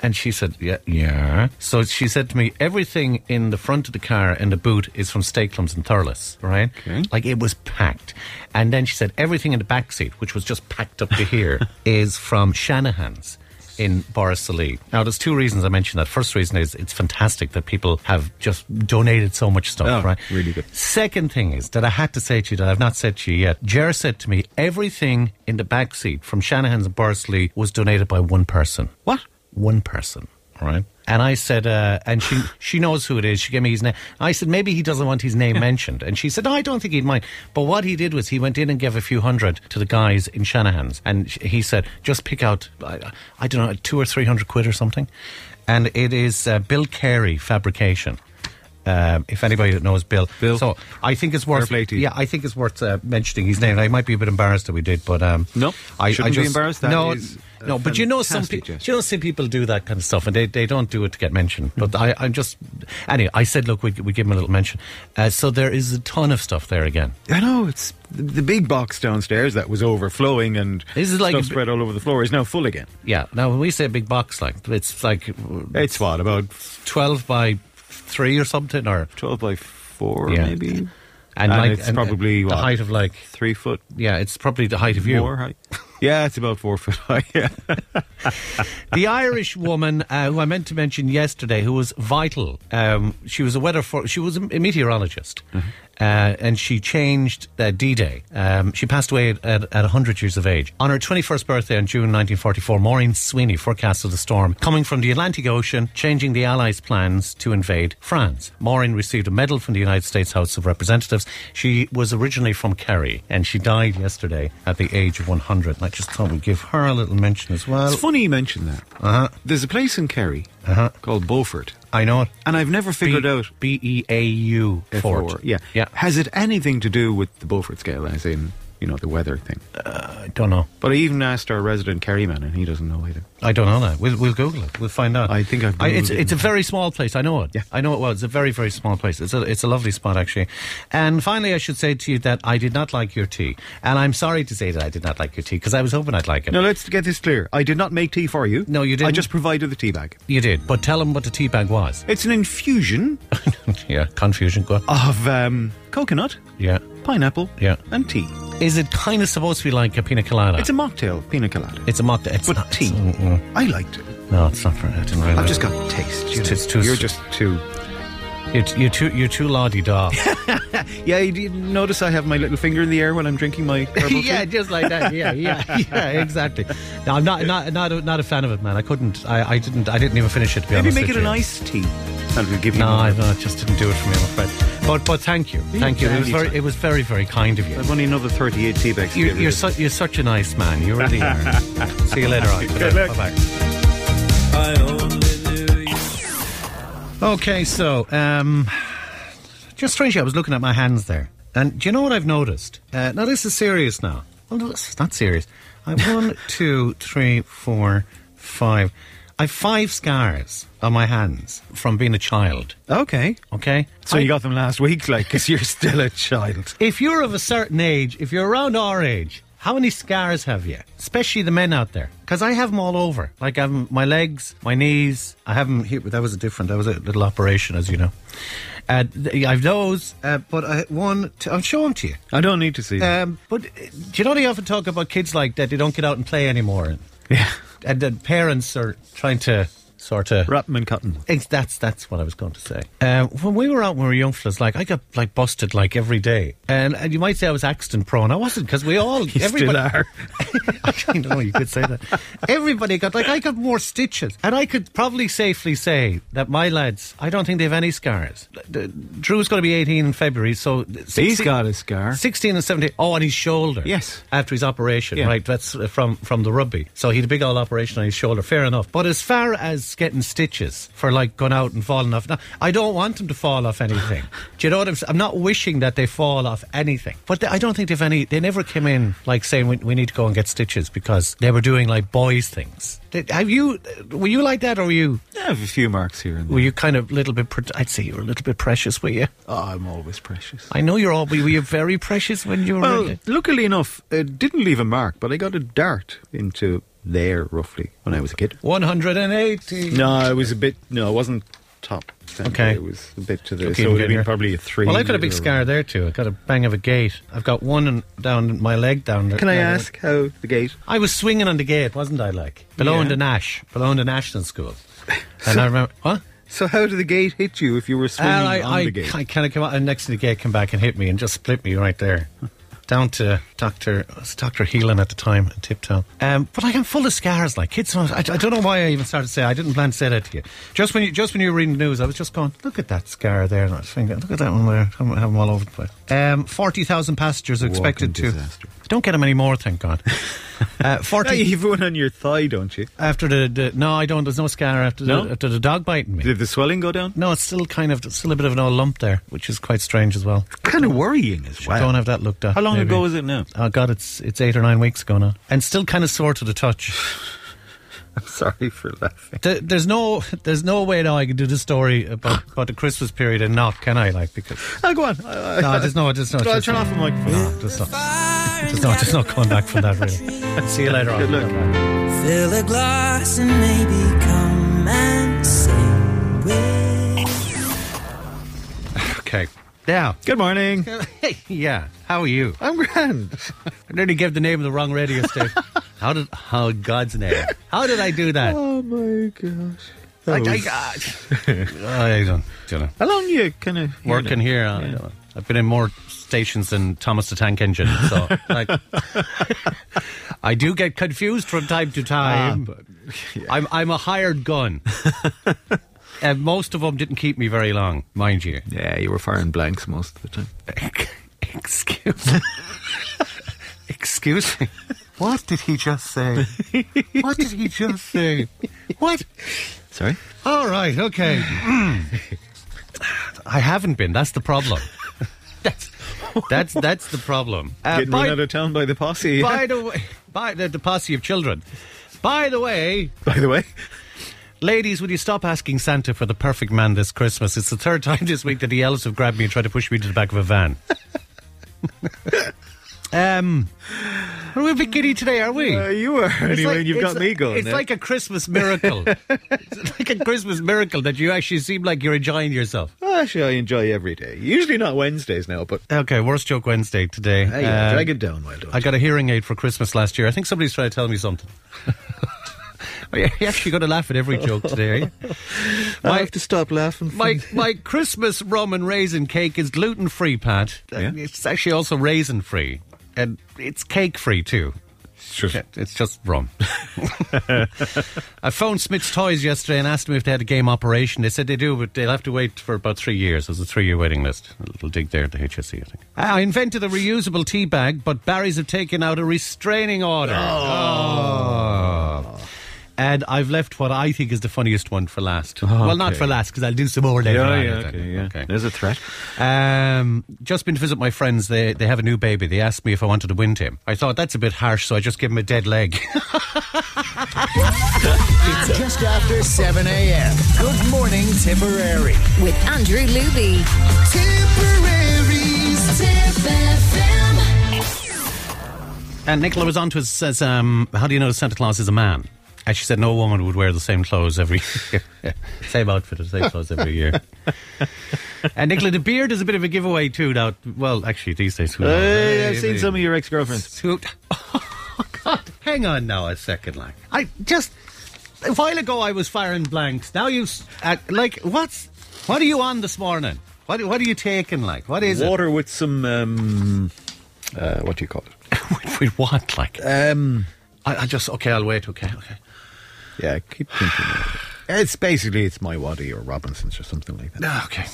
Speaker 3: And she said, "Yeah, yeah." So she said to me, "Everything in the front of the car and the boot is from Stakelums and Thurles, right? Like it was packed." And then she said, "Everything in the back seat, which was just packed up to
Speaker 4: *laughs*
Speaker 3: here, is from Shanahan's." In Borisalee. Now, there's two reasons I mentioned that. First reason is it's fantastic that people have just donated so much stuff,
Speaker 4: Oh,
Speaker 3: right?
Speaker 4: really good.
Speaker 3: Second thing is that I had to say to you that I've not said to you yet. Jer said to me, everything in the back seat from Shanahan's and Bursley was donated by one person. What? One person. All right. And I said, uh, and she she knows who it is. She gave me his name. I said maybe he doesn't want his name mentioned, and she said no, I don't think he'd mind. But what he did was he went in and gave a few hundred to the guys in Shanahan's, and sh- he said just pick out I, I don't know two or three hundred quid or something, and it is uh, Bill Carey fabrication um, if anybody that knows Bill.
Speaker 4: Bill,
Speaker 3: So I think it's worth.
Speaker 4: play to you.
Speaker 3: Yeah, I think it's worth uh, mentioning his name. I might be a bit embarrassed that we did, but um,
Speaker 4: No,
Speaker 3: I,
Speaker 4: shouldn't
Speaker 3: I
Speaker 4: be
Speaker 3: just-
Speaker 4: embarrassed. That
Speaker 3: no,
Speaker 4: is a
Speaker 3: no, but you know some
Speaker 4: fantastic
Speaker 3: people.
Speaker 4: gesture.
Speaker 3: You know some people do that kind of stuff, and they, they don't do it to get mentioned. But
Speaker 4: Mm.
Speaker 3: I, I'm just anyway. I said, look, we we give him a little mention. Uh, so there is a ton of stuff there again.
Speaker 4: I know it's the, the big box downstairs that was overflowing and
Speaker 3: This is like
Speaker 4: stuff
Speaker 3: a bi-
Speaker 4: spread all over the floor is now full again.
Speaker 3: Yeah. Now when we say big box, like it's like
Speaker 4: It's what about
Speaker 3: twelve by three or something, or
Speaker 4: twelve by four,
Speaker 3: Yeah.
Speaker 4: maybe
Speaker 3: and,
Speaker 4: And
Speaker 3: like
Speaker 4: it's probably
Speaker 3: the
Speaker 4: what?
Speaker 3: height of like
Speaker 4: three foot
Speaker 3: yeah, it's probably the height of you.
Speaker 4: more high. *laughs* Yeah, it's about four foot high. Yeah.
Speaker 3: the Irish woman uh, who I meant to mention yesterday, who was vital. Um, she was a weather for she was a, a meteorologist, uh, and she changed uh, D-Day. Um, she passed away at, at, at 100 years of age on her 21st birthday on June 1944. Maureen Sweeney forecasted a storm coming from the Atlantic Ocean, changing the Allies' plans to invade France. Maureen received a medal from the United States House of Representatives. She was originally from Kerry, and she died yesterday at the age of 100. And I just thought we'd give her a little mention as well.
Speaker 4: It's funny you mention that. Uh-huh. There's a place in Kerry
Speaker 3: Uh-huh.
Speaker 4: called Beaufort,
Speaker 3: I know it.
Speaker 4: and I've never figured out
Speaker 3: B E A U
Speaker 4: if
Speaker 3: Fort.
Speaker 4: or- Yeah.
Speaker 3: yeah.
Speaker 4: Has it anything to do with the Beaufort scale, as in you know, the weather thing.
Speaker 3: I don't know.
Speaker 4: But I even asked our resident Kerry man, and he doesn't know either.
Speaker 3: I don't know that. We'll, we'll Google it. We'll find out.
Speaker 4: I think I've
Speaker 3: I, it's
Speaker 4: Googled it.
Speaker 3: it's a very small place. I know it.
Speaker 4: Yeah.
Speaker 3: I know it well. It's a very very small place. It's a it's a lovely spot actually. And finally, I should say to you that I did not like your tea, and I'm sorry to say that I did not like your tea because I was hoping I'd like it.
Speaker 4: Now, let's get this clear. I did not make tea for you.
Speaker 3: No, you
Speaker 4: I
Speaker 3: didn't.
Speaker 4: just provided the tea bag.
Speaker 3: You did, but tell them what the tea bag was. *laughs*
Speaker 4: It's an infusion
Speaker 3: yeah, confusion. Go on.
Speaker 4: of um, coconut,
Speaker 3: Yeah.
Speaker 4: pineapple,
Speaker 3: Yeah.
Speaker 4: and tea.
Speaker 3: Is it kind of supposed to be like a pina colada?
Speaker 4: It's a mocktail pina colada.
Speaker 3: it's a mocktail. It's
Speaker 4: but
Speaker 3: not
Speaker 4: tea.
Speaker 3: Mm-mm.
Speaker 4: I liked it.
Speaker 3: No, it's not for. I didn't really.
Speaker 4: I've just got taste. you
Speaker 3: It's-
Speaker 4: know.
Speaker 3: it's too
Speaker 4: You're
Speaker 3: s-
Speaker 4: just too.
Speaker 3: You're, t- you're too. You're too lardy da.
Speaker 4: Yeah, you did notice I have my little finger in the air when I'm drinking *laughs* my. herbal tea?
Speaker 3: *laughs* yeah, just like that. Yeah,
Speaker 4: *laughs*
Speaker 3: yeah, yeah. Exactly. No, I'm not not not a, not a fan of it, man. I couldn't. I, I didn't. I didn't even finish it. To be
Speaker 4: Maybe
Speaker 3: honest
Speaker 4: make
Speaker 3: with
Speaker 4: it an
Speaker 3: you.
Speaker 4: iced tea. And we'll give you.
Speaker 3: No,
Speaker 4: more.
Speaker 3: I, no, it just didn't do it for me. I'm afraid. But but thank you, thank you. It was
Speaker 4: anytime.
Speaker 3: very it was very very kind of you.
Speaker 4: I've only another 38 tea bags. to
Speaker 3: You're,
Speaker 4: get rid
Speaker 3: you're,
Speaker 4: of.
Speaker 3: su- you're such a nice man. You really are. See you later on. Bye bye. Okay, so um, just strangely, I was looking at my hands there, and do you know what I've noticed? Uh, now this is serious. Now, well, no, this is not serious. I have one, two, three, four, five. I have five scars on my hands from being a child.
Speaker 4: Okay.
Speaker 3: Okay,
Speaker 4: So
Speaker 3: I-
Speaker 4: you got them last week, like, because you're *laughs* still a child.
Speaker 3: if you're of a certain age, if you're around our age, how many scars have you? Especially the men out there, because I have them all over. Like I've my legs, my knees. I have them here. but That was a different. That was a little operation, as you know. Uh, th- I've those, uh, but I, one. T- I'll show them to you.
Speaker 4: I don't need to see. them.
Speaker 3: Um, but uh, do you know they often talk about kids like that? They don't get out and play anymore, and,
Speaker 4: yeah.
Speaker 3: and then parents are trying to sort of
Speaker 4: Wrap them in cotton.
Speaker 3: Ex- that's that's what I was going to say. Um, when we were out, when we were young fellas, like I got like busted like every day, and, and you might say I was accident prone. I wasn't because we all
Speaker 4: *laughs* You still
Speaker 3: everybody.
Speaker 4: are.
Speaker 3: *laughs* I know you could say that. Everybody got like I got more stitches, and I could probably safely say that my lads. I don't think they have any scars. D- Drew's going to be eighteen in February, so 16,
Speaker 4: He's got a scar.
Speaker 3: 16 and 17. Oh, on his shoulder.
Speaker 4: Yes.
Speaker 3: After his operation,
Speaker 4: Yeah.
Speaker 3: right? That's uh, from from the rugby. So he had a big old operation on his shoulder. Fair enough. But as far as getting stitches for like going out and falling off, now, I don't want them to fall off
Speaker 4: *laughs*
Speaker 3: anything. Do you know what I'm saying? I'm not wishing that they fall off anything. But they, I don't think they've any. They never came in like saying we, we need to go and get stitches because they were doing like boys things. Did, have you? uh, Were you like that, or were you?
Speaker 4: I have a few marks here and there.
Speaker 3: Were you kind of a little bit? pre- I'd say you were a little bit precious, were you?
Speaker 4: Oh, I'm always precious.
Speaker 3: I know you're all. Were you very precious when you were?
Speaker 4: Well,
Speaker 3: really-
Speaker 4: luckily enough, it didn't leave a mark, but I got a dart into there roughly when I was a kid.
Speaker 3: 180.
Speaker 4: No, it was a bit. No, it wasn't top. centre,
Speaker 3: Okay.
Speaker 4: It was a bit to the.
Speaker 3: Okay,
Speaker 4: so it
Speaker 3: you
Speaker 4: would
Speaker 3: get
Speaker 4: have been
Speaker 3: your-
Speaker 4: probably a three.
Speaker 3: Well, I've got a big
Speaker 4: or-
Speaker 3: scar there too. I've got a bang of a gate. I've got one in- down my leg down there.
Speaker 4: Can I
Speaker 3: down the-
Speaker 4: ask how the gate?
Speaker 3: I was swinging on the gate, wasn't I? Like below
Speaker 4: Yeah.
Speaker 3: in the Nash, below in the National School. And
Speaker 4: *laughs*
Speaker 3: I remember what?
Speaker 4: So how did the gate hit you if you were swinging
Speaker 3: And I,
Speaker 4: on
Speaker 3: I,
Speaker 4: the gate?
Speaker 3: I kind of came out and next to the gate, come back and hit me and just split me right there. Down to Doctor Doctor Heelan at the time in Tiptown, um, but like I'm full of scars. Like kids, don't- I, I don't know why I even started to say. I didn't plan to say that to you. Just when you just when you were reading the news, I was just going, look at that scar there, and I was thinking, look at that one there. I have them all over the place. Um, Forty thousand passengers are expected to.
Speaker 4: disaster.
Speaker 3: Don't get them anymore, thank
Speaker 4: *laughs*
Speaker 3: God. uh,
Speaker 4: Yeah,
Speaker 3: Forty
Speaker 4: *laughs* you have one on your thigh, don't you?
Speaker 3: after the, the no, I don't. There's no scar after
Speaker 4: No?
Speaker 3: the, after the dog biting me.
Speaker 4: Did the swelling go down?
Speaker 3: no, it's still kind of still a bit of an old lump there, which is quite strange as well.
Speaker 4: Kind of worrying as
Speaker 3: I Don't have that looked at.
Speaker 4: *laughs* How long
Speaker 3: maybe.
Speaker 4: ago was it now?
Speaker 3: Oh God, it's it's eight or nine weeks ago now, and still kind of sore to the touch.
Speaker 4: *laughs* I'm sorry for laughing.
Speaker 3: There, there's no there's no way now I can do the story
Speaker 4: *laughs*
Speaker 3: about, about the Christmas period and not can I like because
Speaker 4: Oh, go on. *laughs* I, I,
Speaker 3: no, there's no there's no
Speaker 4: I'll
Speaker 3: there's
Speaker 4: turn
Speaker 3: no-
Speaker 4: off the microphone.
Speaker 3: no, there's not there's not there's no coming back from that really. *laughs* See you later on.
Speaker 4: Good luck.
Speaker 11: Fill a glass and maybe come and sing with
Speaker 3: *sighs* Okay. Yeah.
Speaker 4: Good morning.
Speaker 3: *laughs* yeah. How are you?
Speaker 4: I'm grand.
Speaker 3: I nearly gave the name of the wrong radio station. *laughs* how did how God's name? How did I do that?
Speaker 4: Oh my gosh.
Speaker 3: I, I,
Speaker 4: That was-
Speaker 3: I don't, don't know.
Speaker 4: how long you kind of
Speaker 3: working here. I don't know. I've been in more stations than Thomas the Tank Engine, so *laughs* like, I do get confused from time to time. I'm I'm a hired *laughs* gun, and most of them didn't keep me very long, mind you.
Speaker 4: Yeah, you were firing blanks most of the time.
Speaker 3: Excuse me. Excuse me. What did he just say? What did he just say? What?
Speaker 4: Sorry.
Speaker 3: All right, okay. I haven't been. That's the problem. That's, That's that's the problem. Uh,
Speaker 4: Getting run out of town by the posse. *laughs*
Speaker 3: by the way, by the, the posse of children. By the way,
Speaker 4: by the way,
Speaker 3: ladies, would you stop asking Santa for the perfect man this Christmas? It's the third *laughs* time this week that the elves have grabbed me and tried to push me to the back of a van.
Speaker 4: *laughs*
Speaker 3: um, are we a bit giddy today? Are we?
Speaker 4: Uh, you are.
Speaker 3: It's
Speaker 4: Anyway, you've
Speaker 3: it's
Speaker 4: got me going
Speaker 3: It's
Speaker 4: there.
Speaker 3: like a Christmas
Speaker 4: *laughs*
Speaker 3: miracle. it's like a Christmas miracle that you actually seem like you're enjoying yourself.
Speaker 4: Actually, Oh, I enjoy every day. Usually not Wednesdays now, but
Speaker 3: Okay, worst joke Wednesday today.
Speaker 4: Hey, yeah,
Speaker 3: Um,
Speaker 4: drag it down, Wild
Speaker 3: I got a hearing aid for Christmas last year. I think somebody's trying to tell me something. *laughs* you actually got to laugh at every joke today.
Speaker 4: *laughs*
Speaker 3: eh?
Speaker 4: I
Speaker 3: My,
Speaker 4: have to stop laughing.
Speaker 3: my my Christmas rum and raisin cake is gluten free, Pat. Uh,
Speaker 4: Yeah?
Speaker 3: It's actually also raisin free, and it's cake free too.
Speaker 4: Sure.
Speaker 3: Yeah, It's just rum. *laughs* I phoned Smith's Toys yesterday and asked them if they had a game operation. They said they do, but they'll have to wait for about three years. There's a three-year waiting list. A little dig there at the HSC, I think. Ah, I invented a reusable tea bag, but Barry's have taken out a restraining order. Oh. And I've left what I think is the funniest one for last. well, not
Speaker 4: Oh, okay.
Speaker 3: for last, because I'll do some more later.
Speaker 4: Yeah,
Speaker 3: on, I
Speaker 4: yeah,
Speaker 3: think.
Speaker 4: okay, yeah.
Speaker 3: Okay.
Speaker 7: There's a threat.
Speaker 3: Um, just been to visit my friends. They they have a new baby. They asked me if I wanted to wind him. I thought that's a bit harsh, so I just gave him a dead leg.
Speaker 5: It's just after 7 a.m. Good morning, Tipperary.
Speaker 2: With Andrew Luby.
Speaker 5: Tipperary's Tip
Speaker 3: and Nicola was on to us says, um, "How do you know Santa Claus is a man?" And she said, "No woman would wear the same clothes every year. *laughs* same outfit, and same clothes every
Speaker 7: *laughs*
Speaker 3: year." and Nicola, the beard is a bit of a giveaway too. Now, well, actually, these days, who
Speaker 4: Uh,
Speaker 3: knows?
Speaker 7: Hey, Uh, I've
Speaker 3: Hey,
Speaker 7: seen
Speaker 3: hey.
Speaker 7: some of your ex-girlfriends.
Speaker 3: Who- *laughs* Oh, God. Hang on now a second, like. I just. A while ago I was firing blanks. Now you. s- Uh, like, what's. What are you on this morning? What, what are you taking, like? What is *laughs*
Speaker 4: Water with some. Um, uh, what do you call it?
Speaker 3: it? We want, like.
Speaker 7: Uh,
Speaker 4: Um,
Speaker 3: I, I just. Okay, I'll wait. Okay, okay.
Speaker 4: yeah, keep thinking. of it. It's basically it's my waddy or Robinson's or something like that.
Speaker 3: Ah, Okay.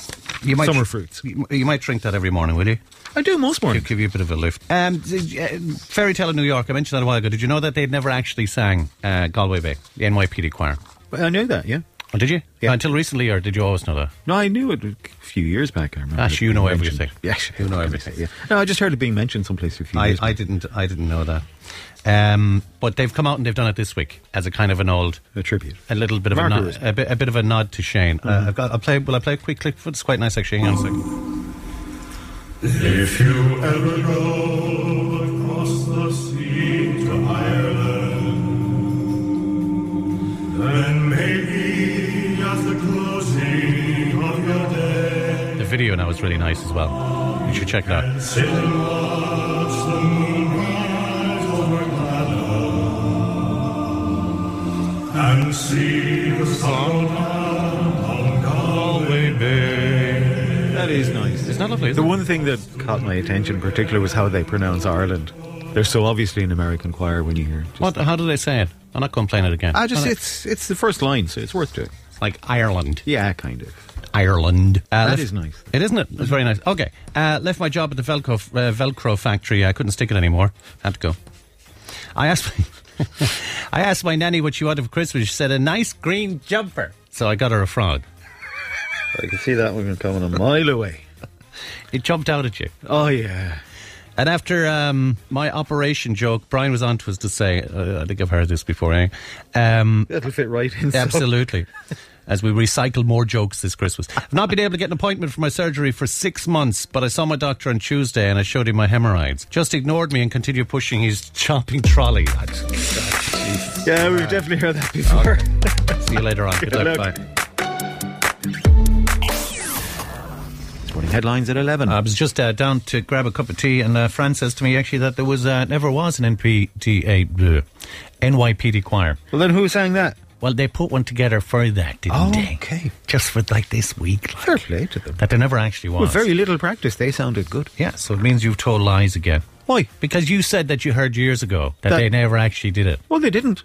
Speaker 3: You might
Speaker 4: Summer fruits.
Speaker 3: You, you might drink that every morning, will you?
Speaker 4: I do most
Speaker 3: To
Speaker 4: mornings.
Speaker 3: give you a bit of a lift. Um, d- uh, Fairy Tale of New York. I mentioned that a while ago. Did you know that they'd never actually sang uh, Galway Bay, the NYPD choir?
Speaker 4: I knew that. Yeah.
Speaker 3: Oh, did you?
Speaker 4: Yeah.
Speaker 3: Until recently, or did you always know that?
Speaker 4: No, I knew it a few years back. I remember.
Speaker 3: Ah,
Speaker 4: it
Speaker 3: so
Speaker 4: being
Speaker 3: you know
Speaker 4: mentioned.
Speaker 3: everything.
Speaker 4: Yeah,
Speaker 3: You
Speaker 4: *laughs*
Speaker 3: know everything.
Speaker 4: Yeah. No, I just heard it being mentioned someplace a few
Speaker 3: I,
Speaker 4: years.
Speaker 3: I
Speaker 4: back.
Speaker 3: didn't I didn't know that. Um, but they've come out and they've done it this week as a kind of an old,
Speaker 4: a tribute.
Speaker 3: a little bit of a nod,
Speaker 4: Markers.
Speaker 3: a bit, a bit of a nod to Shane. Uh, I've got. I'll play. Will I play a quick clip? It's quite nice actually. Hang on a second.
Speaker 12: If you ever go across the sea to Ireland, then maybe at the closing of your day,
Speaker 3: The video now is really nice as well. You should check it out.
Speaker 12: sit and watch the moon rise over Glenelg and see the sun down on Galway Bay.
Speaker 4: That is nice.
Speaker 3: It's not lovely. Is
Speaker 4: The
Speaker 3: it?
Speaker 4: one thing that caught my attention in particular was how they pronounce Ireland. They're so obviously an American choir when you hear. Oh, Just
Speaker 3: What? How do they say it? I'm not going to play it again.
Speaker 4: I just
Speaker 3: Well,
Speaker 4: it's it's the first line, so it's worth doing.
Speaker 3: it's like Ireland.
Speaker 4: Yeah, kind of.
Speaker 3: Ireland. Uh,
Speaker 4: That
Speaker 3: left-
Speaker 4: is nice.
Speaker 3: It isn't it? It's very nice. Okay. Uh, left my job at the Velcro, uh, Velcro factory. I couldn't stick it anymore. Had to go. I asked my, *laughs* I asked my nanny what she wanted for Christmas. She said a nice green jumper. So I got her a frog.
Speaker 4: I can see that one coming a mile away.
Speaker 3: It jumped out at you.
Speaker 4: Oh yeah.
Speaker 3: And after um, my operation joke, Brian was on to us to say, uh, I think I've heard this before, eh? Um,
Speaker 4: That'll fit right in. so-
Speaker 3: *laughs* Absolutely. As we recycle more jokes this Christmas. I've not been able to get an appointment for my surgery for six months, but I saw my doctor on Tuesday and I showed him my hemorrhoids. Just ignored me and continued pushing his chomping trolley. I just-
Speaker 4: Yeah, we've definitely heard that before.
Speaker 3: See you later on. Good,
Speaker 4: Good
Speaker 3: luck.
Speaker 4: luck.
Speaker 3: Bye.
Speaker 4: Morning headlines at eleven.
Speaker 3: I was just uh, down to grab a cup of tea, and uh, Fran says to me actually that there was uh, never was an NPTA, bleh, NYPD choir.
Speaker 4: well, then who sang that?
Speaker 3: Well, they put one together for that, didn't
Speaker 4: Oh,
Speaker 3: they?
Speaker 4: okay.
Speaker 3: Just for like this week, like,
Speaker 4: Fair play to them.
Speaker 3: that there never actually was.
Speaker 4: With very little practice, they sounded good.
Speaker 3: Yeah, so it means you've told lies again.
Speaker 4: Why?
Speaker 3: Because you said that you heard years ago that,
Speaker 4: That-
Speaker 3: they never actually did it. *laughs*
Speaker 4: Well, they didn't.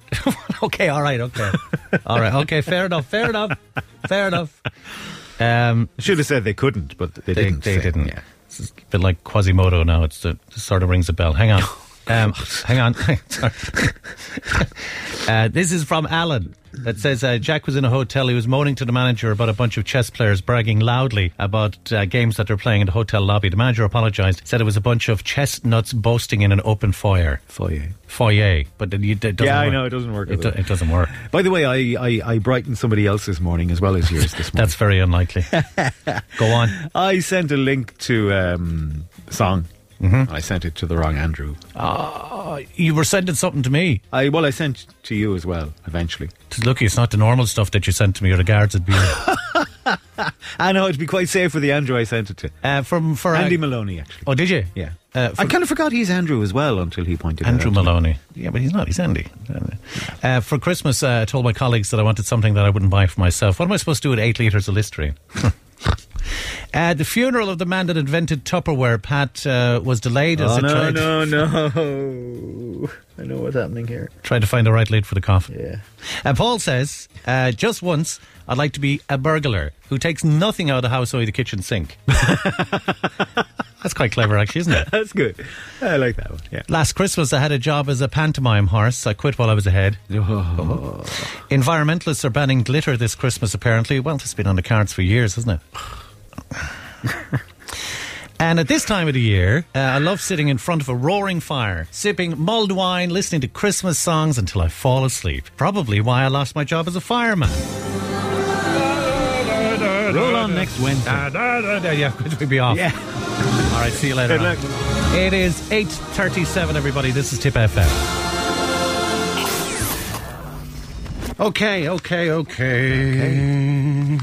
Speaker 3: okay, all right, okay. all right, okay, fair enough, fair enough, fair enough. Um,
Speaker 4: Should have said they couldn't, but they,
Speaker 3: they
Speaker 4: didn't.
Speaker 3: they
Speaker 4: say-
Speaker 3: didn't.
Speaker 4: Yeah.
Speaker 3: It's a bit like Quasimodo now. It's the, it sort of rings a bell. *laughs*
Speaker 4: *laughs*
Speaker 3: Hang on. Um, hang on. Sorry. uh, this is from Alan. that says uh, Jack was in a hotel. He was moaning to the manager about a bunch of chess players bragging loudly about uh, games that they're playing in the hotel lobby. The manager apologized, said it was a bunch of chestnuts boasting in an open fire. Foyer. Foyer. But it, it doesn't
Speaker 4: Yeah, I
Speaker 3: work.
Speaker 4: know, it doesn't work
Speaker 3: It,
Speaker 4: either
Speaker 3: do- it doesn't work.
Speaker 4: By the way, I, I, I brightened somebody else's morning as well as
Speaker 3: *laughs*
Speaker 4: yours this morning.
Speaker 3: That's very unlikely. Go on.
Speaker 4: I sent a link to um, song.
Speaker 3: Mm-hmm.
Speaker 4: I sent it to the wrong Andrew.
Speaker 3: Ah, you were sending something to me.
Speaker 4: I well, I sent to you as well. Eventually,
Speaker 3: Lucky it's not the normal stuff that you sent to me or the guards would be.
Speaker 4: I know it'd be quite safe for the Andrew I sent it to.
Speaker 3: *laughs* Uh, from for
Speaker 4: Andy
Speaker 3: uh,
Speaker 4: Maloney, actually.
Speaker 3: Oh, did you?
Speaker 4: Yeah.
Speaker 3: Uh,
Speaker 4: I
Speaker 3: for-
Speaker 4: kind of forgot he's Andrew as well until he pointed it
Speaker 3: Andrew
Speaker 4: out. to me.
Speaker 3: Maloney. Yeah, but he's not. He's Andy. Uh, for Christmas, uh, I told my colleagues that I wanted something that I wouldn't buy for myself. What am I supposed to do with eight litres of Listerine? *laughs* uh, the funeral of the man that invented Tupperware, Pat, uh, was delayed as
Speaker 4: Oh,
Speaker 3: it
Speaker 4: no,
Speaker 3: tried, *laughs*
Speaker 4: no, no. I know what's happening here.
Speaker 3: tried to find the right lid for the coffin.
Speaker 4: Yeah.
Speaker 3: Uh, Paul says, uh, just once, I'd like to be a burglar who takes nothing out of the house or the kitchen sink. *laughs* That's quite clever, actually, isn't it?
Speaker 4: That's good. I like that one. Yeah.
Speaker 3: Last Christmas, I had a job as a pantomime horse. I quit while I was ahead.
Speaker 4: Oh.
Speaker 3: Oh. Environmentalists are banning glitter this Christmas, apparently. Well, it's been on the cards for years, hasn't it? *laughs* And at this time of the year, uh, I love sitting in front of a roaring fire, sipping mulled wine, listening to Christmas songs until I fall asleep. Probably why I lost my job as a fireman.
Speaker 4: Roll on next Wednesday. *laughs*
Speaker 3: yeah, we'll be off.
Speaker 4: Yeah.
Speaker 3: All right, see you later.
Speaker 4: Good
Speaker 3: on.
Speaker 4: luck.
Speaker 3: It is 8.37, everybody. This is Tip FM. Okay, okay, okay.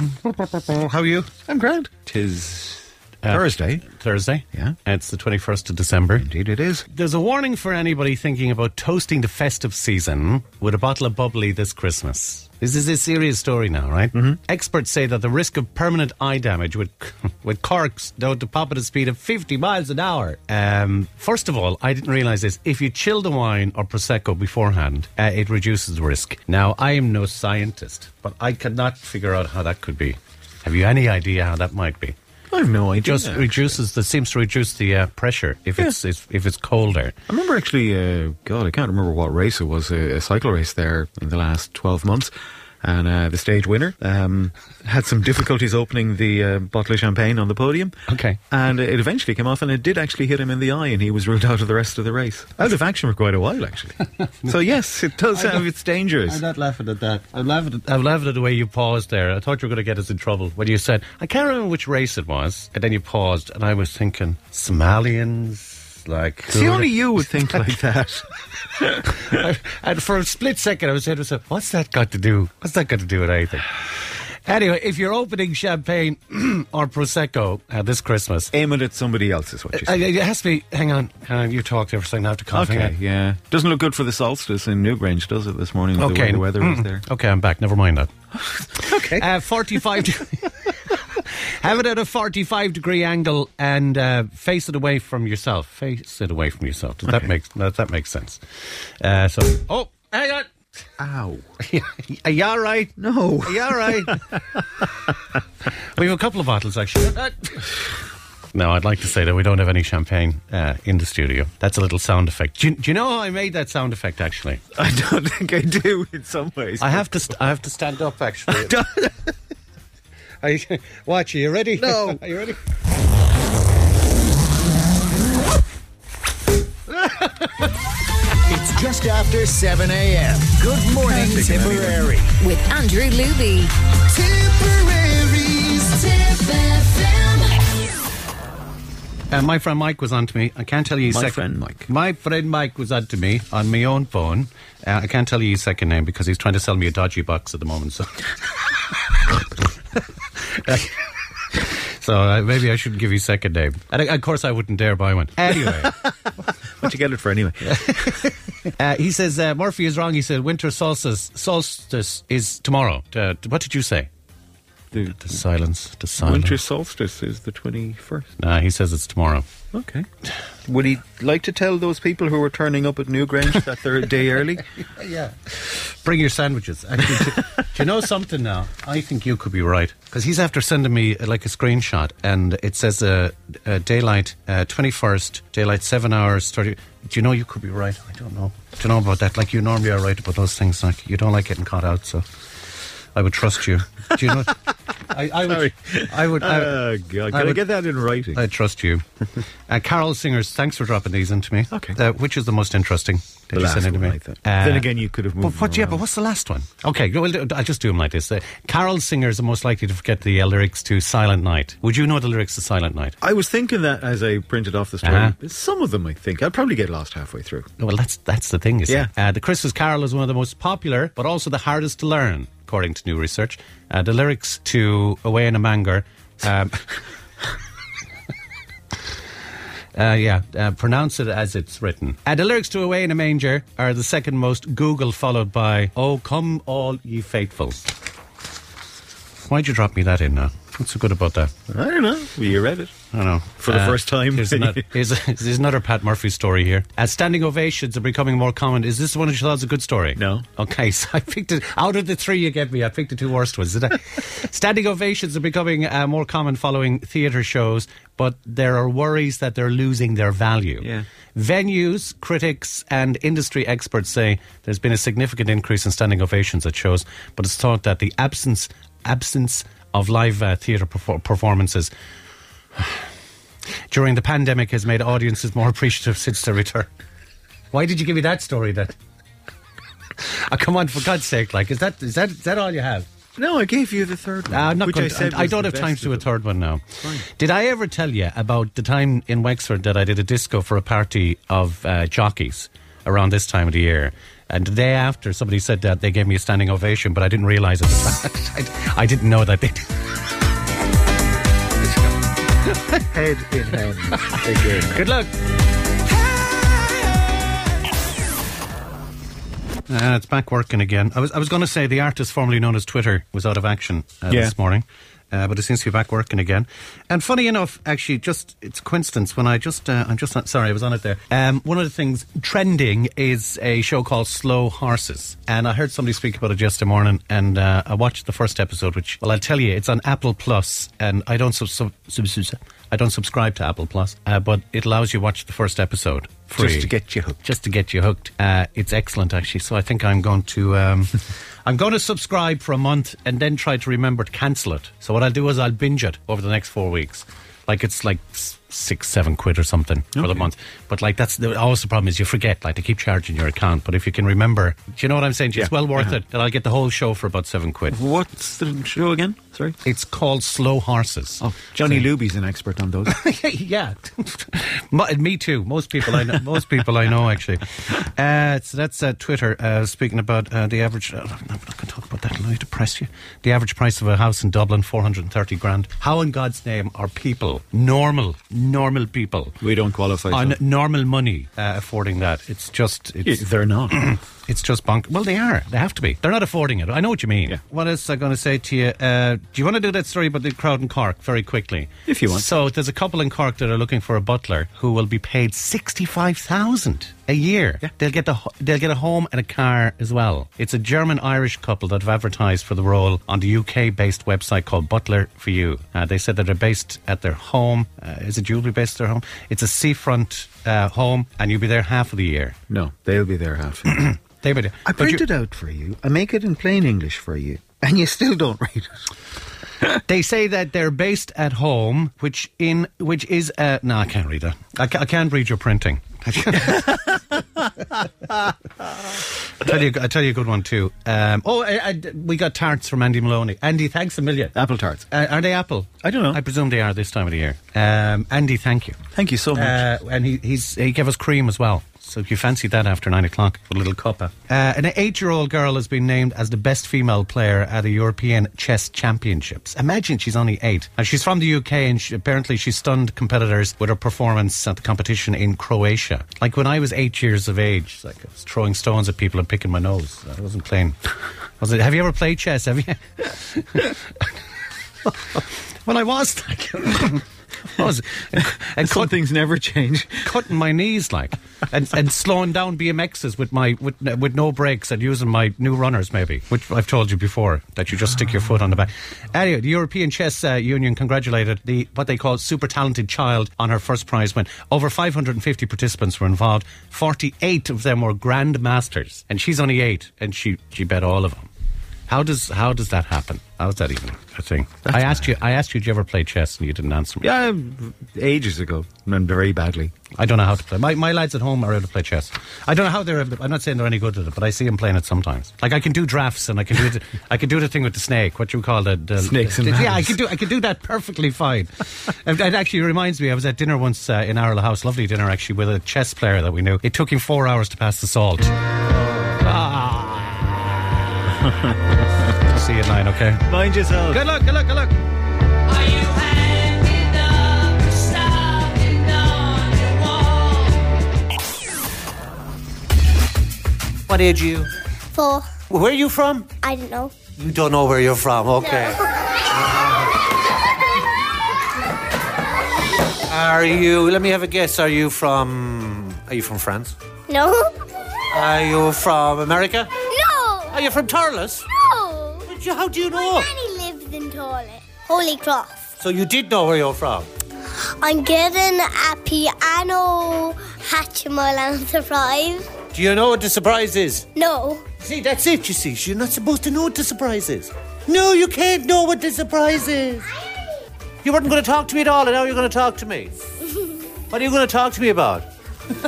Speaker 3: How are you?
Speaker 4: I'm grand.
Speaker 3: Tis
Speaker 4: uh, Thursday.
Speaker 3: Thursday.
Speaker 4: Yeah.
Speaker 3: It's the 21st of December.
Speaker 4: Indeed, it is.
Speaker 3: There's a warning for anybody thinking about toasting the festive season with a bottle of bubbly this Christmas. This is a serious story now, right? Mm-hmm. Experts say that the risk of permanent eye damage with *laughs* with corks known to pop at a speed of 50 miles an hour. Um, first of all, I didn't realize this. If you chill the wine or prosecco beforehand, uh, it reduces the risk. Now, I am no scientist, but I cannot figure out how that could be. Have you any idea how that might be?
Speaker 4: I have no idea.
Speaker 3: Just reduces the seems to reduce the uh, pressure if it's, it's if it's colder.
Speaker 4: I remember actually, uh, God, I can't remember what race it was, uh, a, a cycle race there in the last 12 months. And uh, the stage winner um, had some difficulties opening the uh, bottle of champagne on the podium.
Speaker 3: Okay.
Speaker 4: And it eventually came off, and it did actually hit him in the eye, and he was ruled out of the rest of the race. Out of action for quite a while, actually. *laughs* so, yes, it does have its dangers.
Speaker 3: not laughing at that. I'm laughing at, I'm laughing at the way you paused there. I thought you were going to get us in trouble when you said, I can't remember which race it was. And then you paused, and I was thinking, Somalians? Like,
Speaker 4: See, only you would think like *laughs* that.
Speaker 3: and for a split second, I was saying to myself, what's that got to do? What's that got to do with anything? Anyway, if you're opening champagne *clears throat* or Prosecco uh, this Christmas,
Speaker 4: Aim it at somebody else, is what you
Speaker 3: uh,
Speaker 4: say.
Speaker 3: it has to be, hang on, hang on, you talk there for a second, I have to cough
Speaker 4: Okay,
Speaker 3: again.
Speaker 4: yeah. Doesn't look good for the solstice in Newgrange, does it, this morning? with the way
Speaker 3: Okay.
Speaker 4: The weather was
Speaker 3: Mm.
Speaker 4: there.
Speaker 3: Okay, I'm back. Never mind that.
Speaker 4: *laughs* Okay.
Speaker 3: Uh, 45. de- *laughs* Have it at a 45 degree angle and uh, face it away from yourself. Face it away from yourself. Does that
Speaker 4: Okay.
Speaker 3: make does that make sense? Uh, so, oh, hang on. *laughs*
Speaker 7: *laughs*
Speaker 4: Ow.
Speaker 3: Are you all right?
Speaker 4: No.
Speaker 3: Are you all right? we have a couple of bottles actually. *laughs* No, I'd like to say that we don't have any champagne uh, in the studio. That's a little sound effect. Do you, do you know how I made that sound effect? Actually,
Speaker 4: I don't think I do in some ways.
Speaker 3: I have to. St- I have to stand up. *laughs* Actually, Are you, watch. Are you ready? No. *laughs* Are you ready?
Speaker 5: It's just after 7 a.m. Good morning, Tipperary.
Speaker 2: With Andrew Luby.
Speaker 5: Tipperary's Tip FM.
Speaker 3: Uh, my friend Mike was on to me. I can't tell you his
Speaker 4: My
Speaker 3: second
Speaker 4: friend Mike.
Speaker 3: My friend Mike was on to me on my own phone. Uh, I can't tell you his second name because he's trying to sell me a dodgy box at the moment. So, *laughs* so uh, maybe I should give you second name. And uh, of course, I wouldn't dare buy one. *laughs* Anyway.
Speaker 4: What'd you get it for anyway?
Speaker 3: Uh, he says uh, Murphy is wrong. He said winter solstice solstice is tomorrow. Uh, what did you say?
Speaker 7: the,
Speaker 3: the silence. The silence.
Speaker 7: Winter solstice is the 21st.
Speaker 3: Nah, Uh, he says it's tomorrow.
Speaker 7: Okay. Would he like to tell those people who are turning up at Newgrange that they're a day *laughs* early?
Speaker 3: Uh, yeah. Bring your sandwiches. Actually, do, do you know something now? I think you could be right because he's after sending me uh, like a screenshot, and it says uh, uh, daylight twenty first, daylight seven hours thirty. Do you know you could be right? I don't know. Do you know about that? Like you normally are right about those things. Like you don't like getting caught out, so. I would trust you. Do you know? I, I would. I would. I,
Speaker 4: Uh,
Speaker 7: Oh, God. Can I,
Speaker 3: would-
Speaker 7: get that in writing?
Speaker 3: I
Speaker 7: *laughs*
Speaker 3: trust you. uh, Carol Singers, thanks for dropping these into me. Okay. Uh, which is the most interesting?
Speaker 7: The
Speaker 3: Did you send
Speaker 7: last
Speaker 3: it to
Speaker 7: one,
Speaker 3: me? Uh,
Speaker 7: I think. Then again, you could have moved
Speaker 3: But what,
Speaker 7: them
Speaker 3: yeah,
Speaker 7: around.
Speaker 3: but what's the last one? Okay, well, I'll just do them like this. Uh, Carol Singers are most likely to forget the uh, lyrics to Silent Night. Would you know the lyrics to Silent Night?
Speaker 7: I was thinking that as I printed off the story.
Speaker 3: Uh-huh.
Speaker 7: Some of them, I think. I'd probably get lost halfway through.
Speaker 3: Well, that's that's the thing. You see.
Speaker 7: Yeah.
Speaker 3: Uh, the Christmas Carol is one of the most popular, but also the hardest to learn, according to new research. Uh, the lyrics to "Away in a Manger," um, *laughs* uh, yeah, uh, pronounce it as it's written. Uh, the lyrics to "Away in a Manger" are the second most Google, followed by "Oh, come all ye faithful." Why'd you drop me that in now? What's so good about that?
Speaker 7: I don't know. Well, you read it.
Speaker 3: I don't know.
Speaker 7: For the first time.
Speaker 3: Uh,
Speaker 7: *laughs*
Speaker 3: Here's another, here's, here's another Pat Murphy story here. As standing ovations are becoming more common, is this one that you thought was a good story? No. Okay, *laughs* so I picked it. Out of the three you gave me, I picked the two worst ones, did I?
Speaker 7: *laughs*
Speaker 3: standing ovations are becoming uh, more common following theatre shows, but there are worries that they're losing their value.
Speaker 7: Yeah.
Speaker 3: Venues, critics, and industry experts say there's been a significant increase in standing ovations at shows, but it's thought that the absence absence of live uh, theatre perfor- performances *sighs* during the pandemic has made audiences more *laughs* appreciative since their return. Why did you give me that story then? *laughs* Oh, come on, for God's sake! Like, is that is that is that all you have?
Speaker 7: No, I gave you the third one.
Speaker 3: Uh, I'm not
Speaker 7: which
Speaker 3: going
Speaker 7: I, said
Speaker 3: I,
Speaker 7: was
Speaker 3: don't
Speaker 7: the
Speaker 3: have time
Speaker 7: best
Speaker 3: to do a
Speaker 7: of
Speaker 3: third one now.
Speaker 7: Fine.
Speaker 3: Did I ever tell you about the time in Wexford that I did a disco for a party of uh, jockeys around this time of the year? And the day after, somebody said that they gave me a standing ovation, but I didn't realize it. *laughs* I, I didn't know that they did.
Speaker 7: them. Head in hand. Again.
Speaker 3: Good luck. Uh, it's back working again. I was I was going to say the artist formerly known as Twitter was out of action uh,
Speaker 7: Yeah.
Speaker 3: this morning, uh, but it seems to be back working again. And funny enough, actually, just it's a coincidence when I just uh, I'm just not, sorry I was on it there. Um, one of the things trending is a show called Slow Horses, and I heard somebody speak about it yesterday morning, and uh, I watched the first episode, which well I'll tell you, it's on Apple Plus, and I don't sub, sub, sub, sub- I don't subscribe to Apple Plus, uh, but it allows you to watch the first episode free
Speaker 7: Just to get you hooked.
Speaker 3: just to get you hooked. Uh, it's excellent, actually. So I think I'm going
Speaker 7: *laughs*
Speaker 3: to um, I'm going to subscribe for a month and then try to remember to cancel it. So what I'll do is I'll binge it over the next four weeks. Like it's like s- six, seven quid or something for the month. But like that's the, always the problem is you forget. Like they keep charging your account, but if you can remember, do you know what I'm saying? It's
Speaker 7: Yeah.
Speaker 3: well worth
Speaker 7: Uh-huh.
Speaker 3: it. That I'll get the whole show for about seven quid.
Speaker 7: What's the show again? Sorry.
Speaker 3: It's called Slow Horses.
Speaker 7: Oh, Johnny Luby's an expert on
Speaker 3: *laughs*
Speaker 7: those.
Speaker 3: yeah, Mo- me too. Most people I know. Most people I know actually. Uh, so that's uh, Twitter uh, speaking about uh, the average. Uh, I'm not going to talk about that. I'll depress you. The average price of a house in Dublin, four hundred and thirty grand. How in God's name are people normal, normal people
Speaker 7: we don't qualify.
Speaker 3: on
Speaker 7: so-
Speaker 3: normal money uh, affording that? It's just it's,
Speaker 7: Yeah, they're not. *clears throat*
Speaker 3: it's just bunk. Well, they are. They have to be. They're not affording it. I know what you mean. What else I going to say to you? Uh, do you want to do that story about the crowd in Cork very quickly?
Speaker 7: If you want.
Speaker 3: So there's a couple in Cork that are looking for a butler who will be paid sixty-five thousand a year. They'll get the ho- they'll get a home and a car as well. It's a German-Irish couple that have advertised for the role on the UK-based website called Butler for You. Uh, they said that they're based at their home. Uh, is it jewelry based at their home? It's a seafront uh, home, and you'll be there half of the year.
Speaker 7: No, they'll be there
Speaker 3: *clears throat*
Speaker 7: half.
Speaker 3: They would.
Speaker 7: I
Speaker 3: but
Speaker 7: print
Speaker 3: you-
Speaker 7: it out for you. I make it in plain English for you, and you still don't read it.
Speaker 3: They say that they're based at home, which in which is uh, no, I can't read that. I, ca- I can't read your printing. *laughs* I tell you, I tell you a good one too. Um, oh, I, I- we got tarts from Andy Maloney. Andy, thanks a million.
Speaker 7: Apple tarts.
Speaker 3: Uh, are they apple?
Speaker 7: I don't know.
Speaker 3: I presume they are this time of the year. Um, Andy, thank you.
Speaker 7: Thank you so much.
Speaker 3: Uh, and he, he's, he gave us cream as well. So if you fancy that after nine o'clock, with a little cuppa. Uh, an eight-year-old girl has been named as the best female player at the European Chess Championships. Imagine she's only eight, and she's from the UK, and she, apparently she stunned competitors with her performance at the competition in Croatia. Like when I was eight years of age, like I was throwing stones at people and picking my
Speaker 7: *laughs*
Speaker 3: nose. I wasn't playing. Was it? Have you ever played chess? Have you? *laughs* well, I
Speaker 7: *laughs*
Speaker 3: was. Thank you. I was. And, and
Speaker 4: Some
Speaker 7: *laughs*
Speaker 4: things never change.
Speaker 3: Cutting my knees like, and and slowing down BMXs with my with with no brakes and using my new runners maybe, which I've told you before that you just stick your foot on the back. Anyway, the European Chess uh, Union congratulated the what they call super talented child on her first prize win. Over 550 participants were involved. 48 of them were grandmasters, and she's only eight, and she she bet all of them. How does how does that happen? How is that even a thing? I asked you. I asked you. Did you ever play chess? And you didn't answer me.
Speaker 4: Yeah, ages ago, and very badly.
Speaker 3: I don't know how to play. My, my lads at home are able to play chess. I don't know how they're. able- I'm not saying they're any good at it, but I see them playing it sometimes. Like I can do drafts, and I can do.
Speaker 4: *laughs*
Speaker 3: The, I can do the thing with the snake. What you call the, the
Speaker 4: Snakes and
Speaker 3: the- Yeah, I
Speaker 4: ladders.
Speaker 3: can do. I can do that perfectly
Speaker 4: *laughs*
Speaker 3: fine. And it actually reminds me. I was at dinner once uh, in Arla House. Lovely dinner actually with a chess player that we knew. It took him four hours to pass the
Speaker 4: *laughs*
Speaker 3: salt. Ah. see you at nine. Okay.
Speaker 4: Mind yourself.
Speaker 3: Good luck. Good luck. Good luck.
Speaker 13: What age are you?
Speaker 14: Four.
Speaker 13: Where are you from?
Speaker 14: I don't know.
Speaker 13: You don't know where you're from. Okay. Are you? Let me have a guess. Are you from? Are you from France?
Speaker 14: *laughs* No.
Speaker 13: Are you from America?
Speaker 14: No.
Speaker 13: Are you from Turles?
Speaker 14: No.
Speaker 13: How do you
Speaker 14: My
Speaker 13: know?
Speaker 14: nanny lives in Torley. Holy Cross.
Speaker 13: So you did know where you're from.
Speaker 14: I'm getting a piano Hatchimal and surprise.
Speaker 13: Do you know what the surprise is?
Speaker 14: No.
Speaker 13: See, that's it. You see, you're not supposed to know what the surprise is. No, you can't know what the surprise is. You weren't going to talk to me at all, and now you're going to talk to me. What are you going to talk to me about?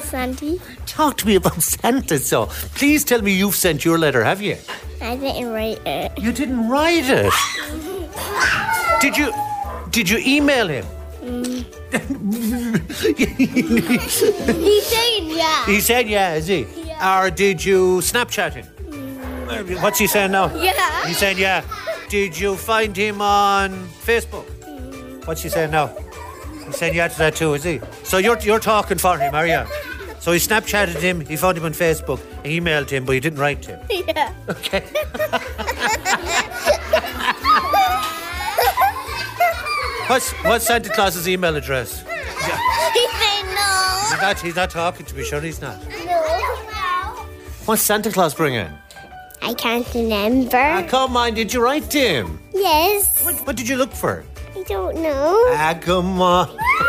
Speaker 14: Sandy.
Speaker 13: Talk to me about *laughs* Santa. So please tell me you've sent your letter, have you?
Speaker 14: I didn't write it.
Speaker 13: You didn't write it. Did you? Did you email him?
Speaker 14: He's saying yeah.
Speaker 13: He said yeah, Mm. is he? Or did you Snapchat him? What's he saying now?
Speaker 14: Yeah.
Speaker 13: He said yeah. Did you find him on Facebook? What's he saying now? He's saying yeah to that too, is he? So you're you're talking for him, are you? So he Snapchatted him, he found him on Facebook, he emailed him, but he didn't write to *laughs* him.
Speaker 14: Yeah.
Speaker 13: Okay. What's what's Santa Claus's email address?
Speaker 14: He's saying no.
Speaker 13: He's not, he's not talking to me, sure he's not.
Speaker 14: No.
Speaker 13: What's Santa Claus bringing?
Speaker 14: I can't remember.
Speaker 13: Ah, come on, did you write to him?
Speaker 14: Yes.
Speaker 13: What, what did you look for?
Speaker 14: I don't know.
Speaker 13: Ah, come on.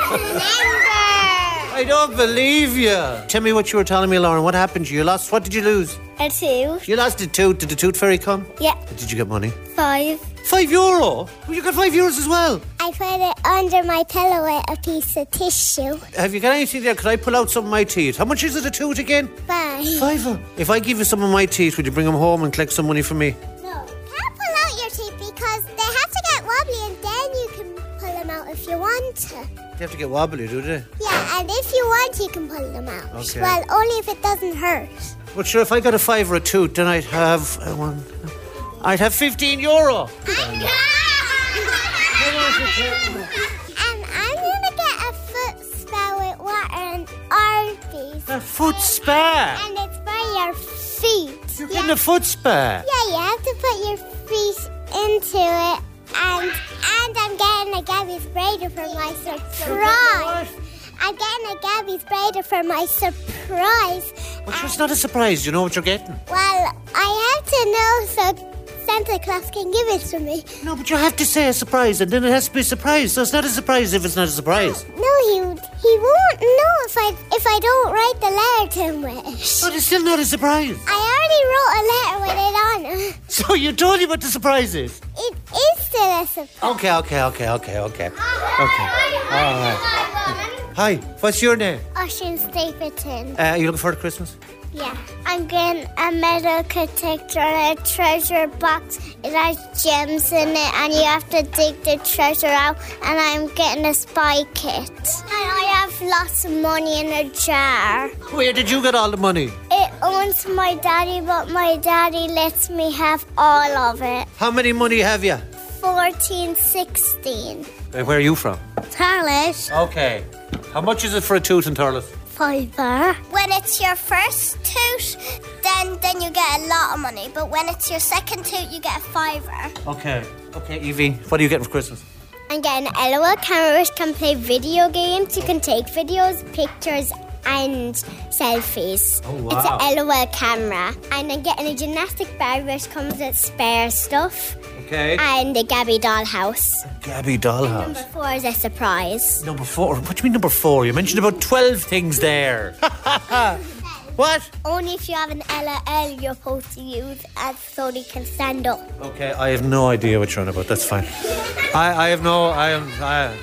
Speaker 14: Remember.
Speaker 13: I don't believe you. Tell me what you were telling me, Lauren. What happened to you? You lost, what did you lose?
Speaker 14: A two.
Speaker 13: You lost a tooth. Did the tooth fairy come?
Speaker 14: Yeah.
Speaker 13: Did you get money?
Speaker 14: Five.
Speaker 13: Five euro? Well, you got five euros as well.
Speaker 14: I put it under my pillow with a piece of tissue.
Speaker 13: Have you got anything there? Could I pull out some of my teeth? How much is it a tooth again?
Speaker 14: Bye.
Speaker 13: Fiver. If I give you some of my teeth, would you bring them home and collect some money from me?
Speaker 14: No, can't pull out your teeth because they have to get wobbly and then you can pull them out if you want to.
Speaker 13: They have to get wobbly, do they?
Speaker 14: Yeah, and if you want, you can pull them out.
Speaker 13: Okay.
Speaker 14: Well, only if it doesn't hurt.
Speaker 13: But sure, if I got a five or a tooth, then I'd have uh, one. I'd have fifteen euro.
Speaker 14: And I'm gonna get a foot spa with water and Arby's.
Speaker 13: A foot spare.
Speaker 14: And it's for your feet.
Speaker 13: You're getting a foot spare.
Speaker 14: Yeah, you have to put your feet into it, and and I'm getting a Gabby's braider for my surprise. I'm getting a Gabby's braider for my surprise.
Speaker 13: Well, sure, it's not a surprise. You know what you're getting.
Speaker 14: Well, I have to know so Santa Claus can give it to me.
Speaker 13: No, but you have to say a surprise, and then it has to be a surprise. So it's not a surprise if it's not a surprise.
Speaker 14: No, he he won't know if I if I don't write the letter to him with.
Speaker 13: But it's still not a surprise.
Speaker 14: I already wrote a letter with it on. it.
Speaker 13: *laughs* So you told him what the surprise is.
Speaker 14: It is still a surprise.
Speaker 13: Okay, okay, okay, okay, okay. Okay. All right. Hi, what's your name?
Speaker 14: Ocean Stapleton.
Speaker 13: Uh, are you looking forward to Christmas?
Speaker 14: Yeah, I'm getting a metal detector and a treasure box. It has gems in it, and you have to dig the treasure out. And I'm getting a spy kit. And I have lots of money in a jar.
Speaker 13: Where did you get all the money?
Speaker 14: It owns my daddy, but my daddy lets me have all of it.
Speaker 13: How many money have you?
Speaker 14: 14, 16.
Speaker 13: Uh, where are you from?
Speaker 14: Tarlish.
Speaker 13: Okay. How much is it for a tooth and Turles?
Speaker 14: Fiver. When it's your first tooth, then then you get a lot of money. But when it's your second tooth, you get a fiver.
Speaker 13: Okay. Okay, Evie, what are you getting for Christmas?
Speaker 14: I'm getting an LOL camera which can play video games. You can take videos, pictures, and selfies.
Speaker 13: Oh,
Speaker 14: It's
Speaker 13: wow.
Speaker 14: an LOL camera. And I'm getting a gymnastic bag which comes with spare stuff.
Speaker 13: Okay.
Speaker 14: And the Gabby dollhouse.
Speaker 13: Gabby Dollhouse.
Speaker 14: Number four is a surprise.
Speaker 13: Number four. What do you mean number four? You mentioned about twelve things there. what?
Speaker 14: Only if you have an LOL you're supposed to use and so they can stand up.
Speaker 13: Okay, I have no idea what you're on about. That's fine. I, I have no. I am. I,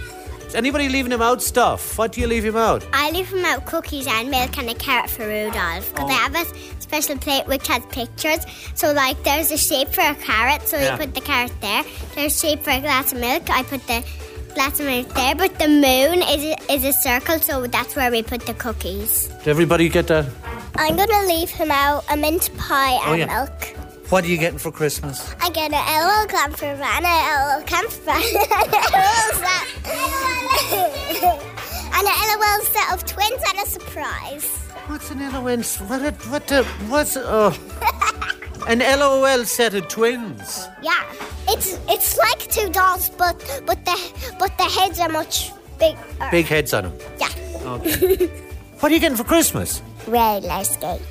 Speaker 13: is anybody leaving him out stuff? What do you leave him out?
Speaker 14: I leave them out cookies and milk and a carrot for Rudolph because I
Speaker 13: Oh.
Speaker 14: have a s- special plate which has pictures. So, like, there's a shape for a carrot, so
Speaker 13: Yeah.
Speaker 14: you put the carrot there. There's a shape for a glass of milk, I put the glass of milk there. But the moon is a, is a circle, so that's where we put the cookies.
Speaker 13: Did everybody get that?
Speaker 14: I'm gonna leave him out a mint pie
Speaker 13: Oh,
Speaker 14: and
Speaker 13: yeah.
Speaker 14: milk.
Speaker 13: What are you getting for Christmas?
Speaker 14: I get an LL camp for Van, an LL camp for *laughs* Van, an LL set, and an LOL set of twins and a surprise.
Speaker 13: What's an LOL? What? A, what? A, what's? *laughs* Oh, an LOL set of twins.
Speaker 14: Yeah, it's it's like two dolls, but but the but the heads are much bigger.
Speaker 13: Big heads on them.
Speaker 14: Yeah.
Speaker 13: Okay. what are you getting for Christmas?
Speaker 14: Roller skate.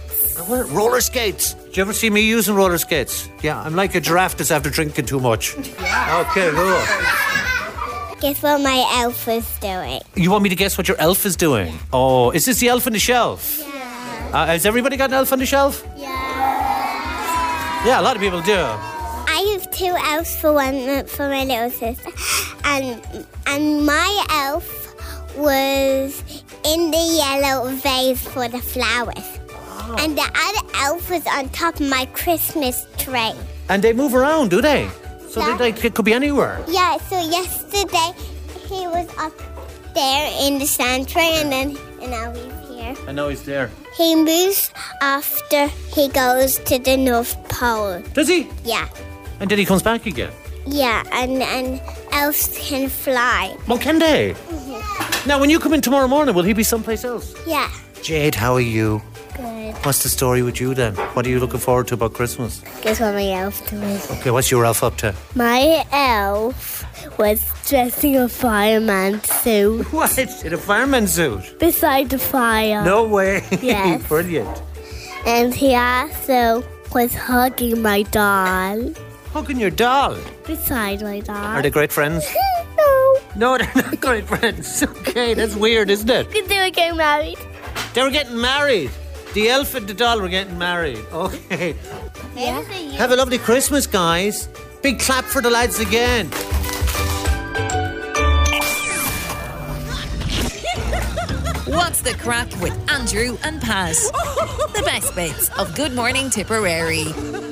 Speaker 13: Roller skates. Did you ever see me using roller skates? Yeah, I'm like a giraffe that's after drinking too much. Okay, cool.
Speaker 14: Guess what my elf is doing?
Speaker 13: You want me to guess what your elf is doing? Oh, is this the elf on the shelf? Yeah. Uh, has everybody got an elf on the shelf? Yeah. Yeah, a lot of people do.
Speaker 14: I have two elves for one for my little sister, and and my elf was in the yellow vase for the flowers, and the other elf was on top of my Christmas tree.
Speaker 13: And they move around, do they? So they, like, it could be anywhere.
Speaker 14: Yeah, so yesterday he was up there in the sand tray and then and now he's here.
Speaker 13: I know he's there.
Speaker 14: He moves after he goes to the North Pole.
Speaker 13: Does he?
Speaker 14: Yeah.
Speaker 13: And then he comes back again.
Speaker 14: Yeah, and, and elves can fly. Mm-hmm.
Speaker 13: Well, can they? Now, when you come in tomorrow morning, will he be someplace else?
Speaker 14: Yeah.
Speaker 13: Jade, how are you?
Speaker 14: Good.
Speaker 13: What's the story with you then? What are you looking forward to about Christmas?
Speaker 14: Guess what my elf does?
Speaker 13: Okay, what's your elf up to?
Speaker 14: My elf was dressing a fireman suit
Speaker 13: *laughs* What? In a fireman suit?
Speaker 14: beside the fire.
Speaker 13: No way. *laughs*
Speaker 14: Yes.
Speaker 13: Brilliant.
Speaker 14: And he also was hugging my doll
Speaker 13: Hugging your doll.
Speaker 14: beside my doll.
Speaker 13: Are they great friends?
Speaker 14: *laughs* No.
Speaker 13: No, they're not great friends. *laughs* Okay, that's weird, isn't it?
Speaker 14: Because they were getting married.
Speaker 13: They were getting married. The elf and the doll were getting married. Okay. Have a lovely Christmas, guys. Big clap for the lads again.
Speaker 2: What's the crack with Andrew and Paz? The best bits of Good Morning Tipperary.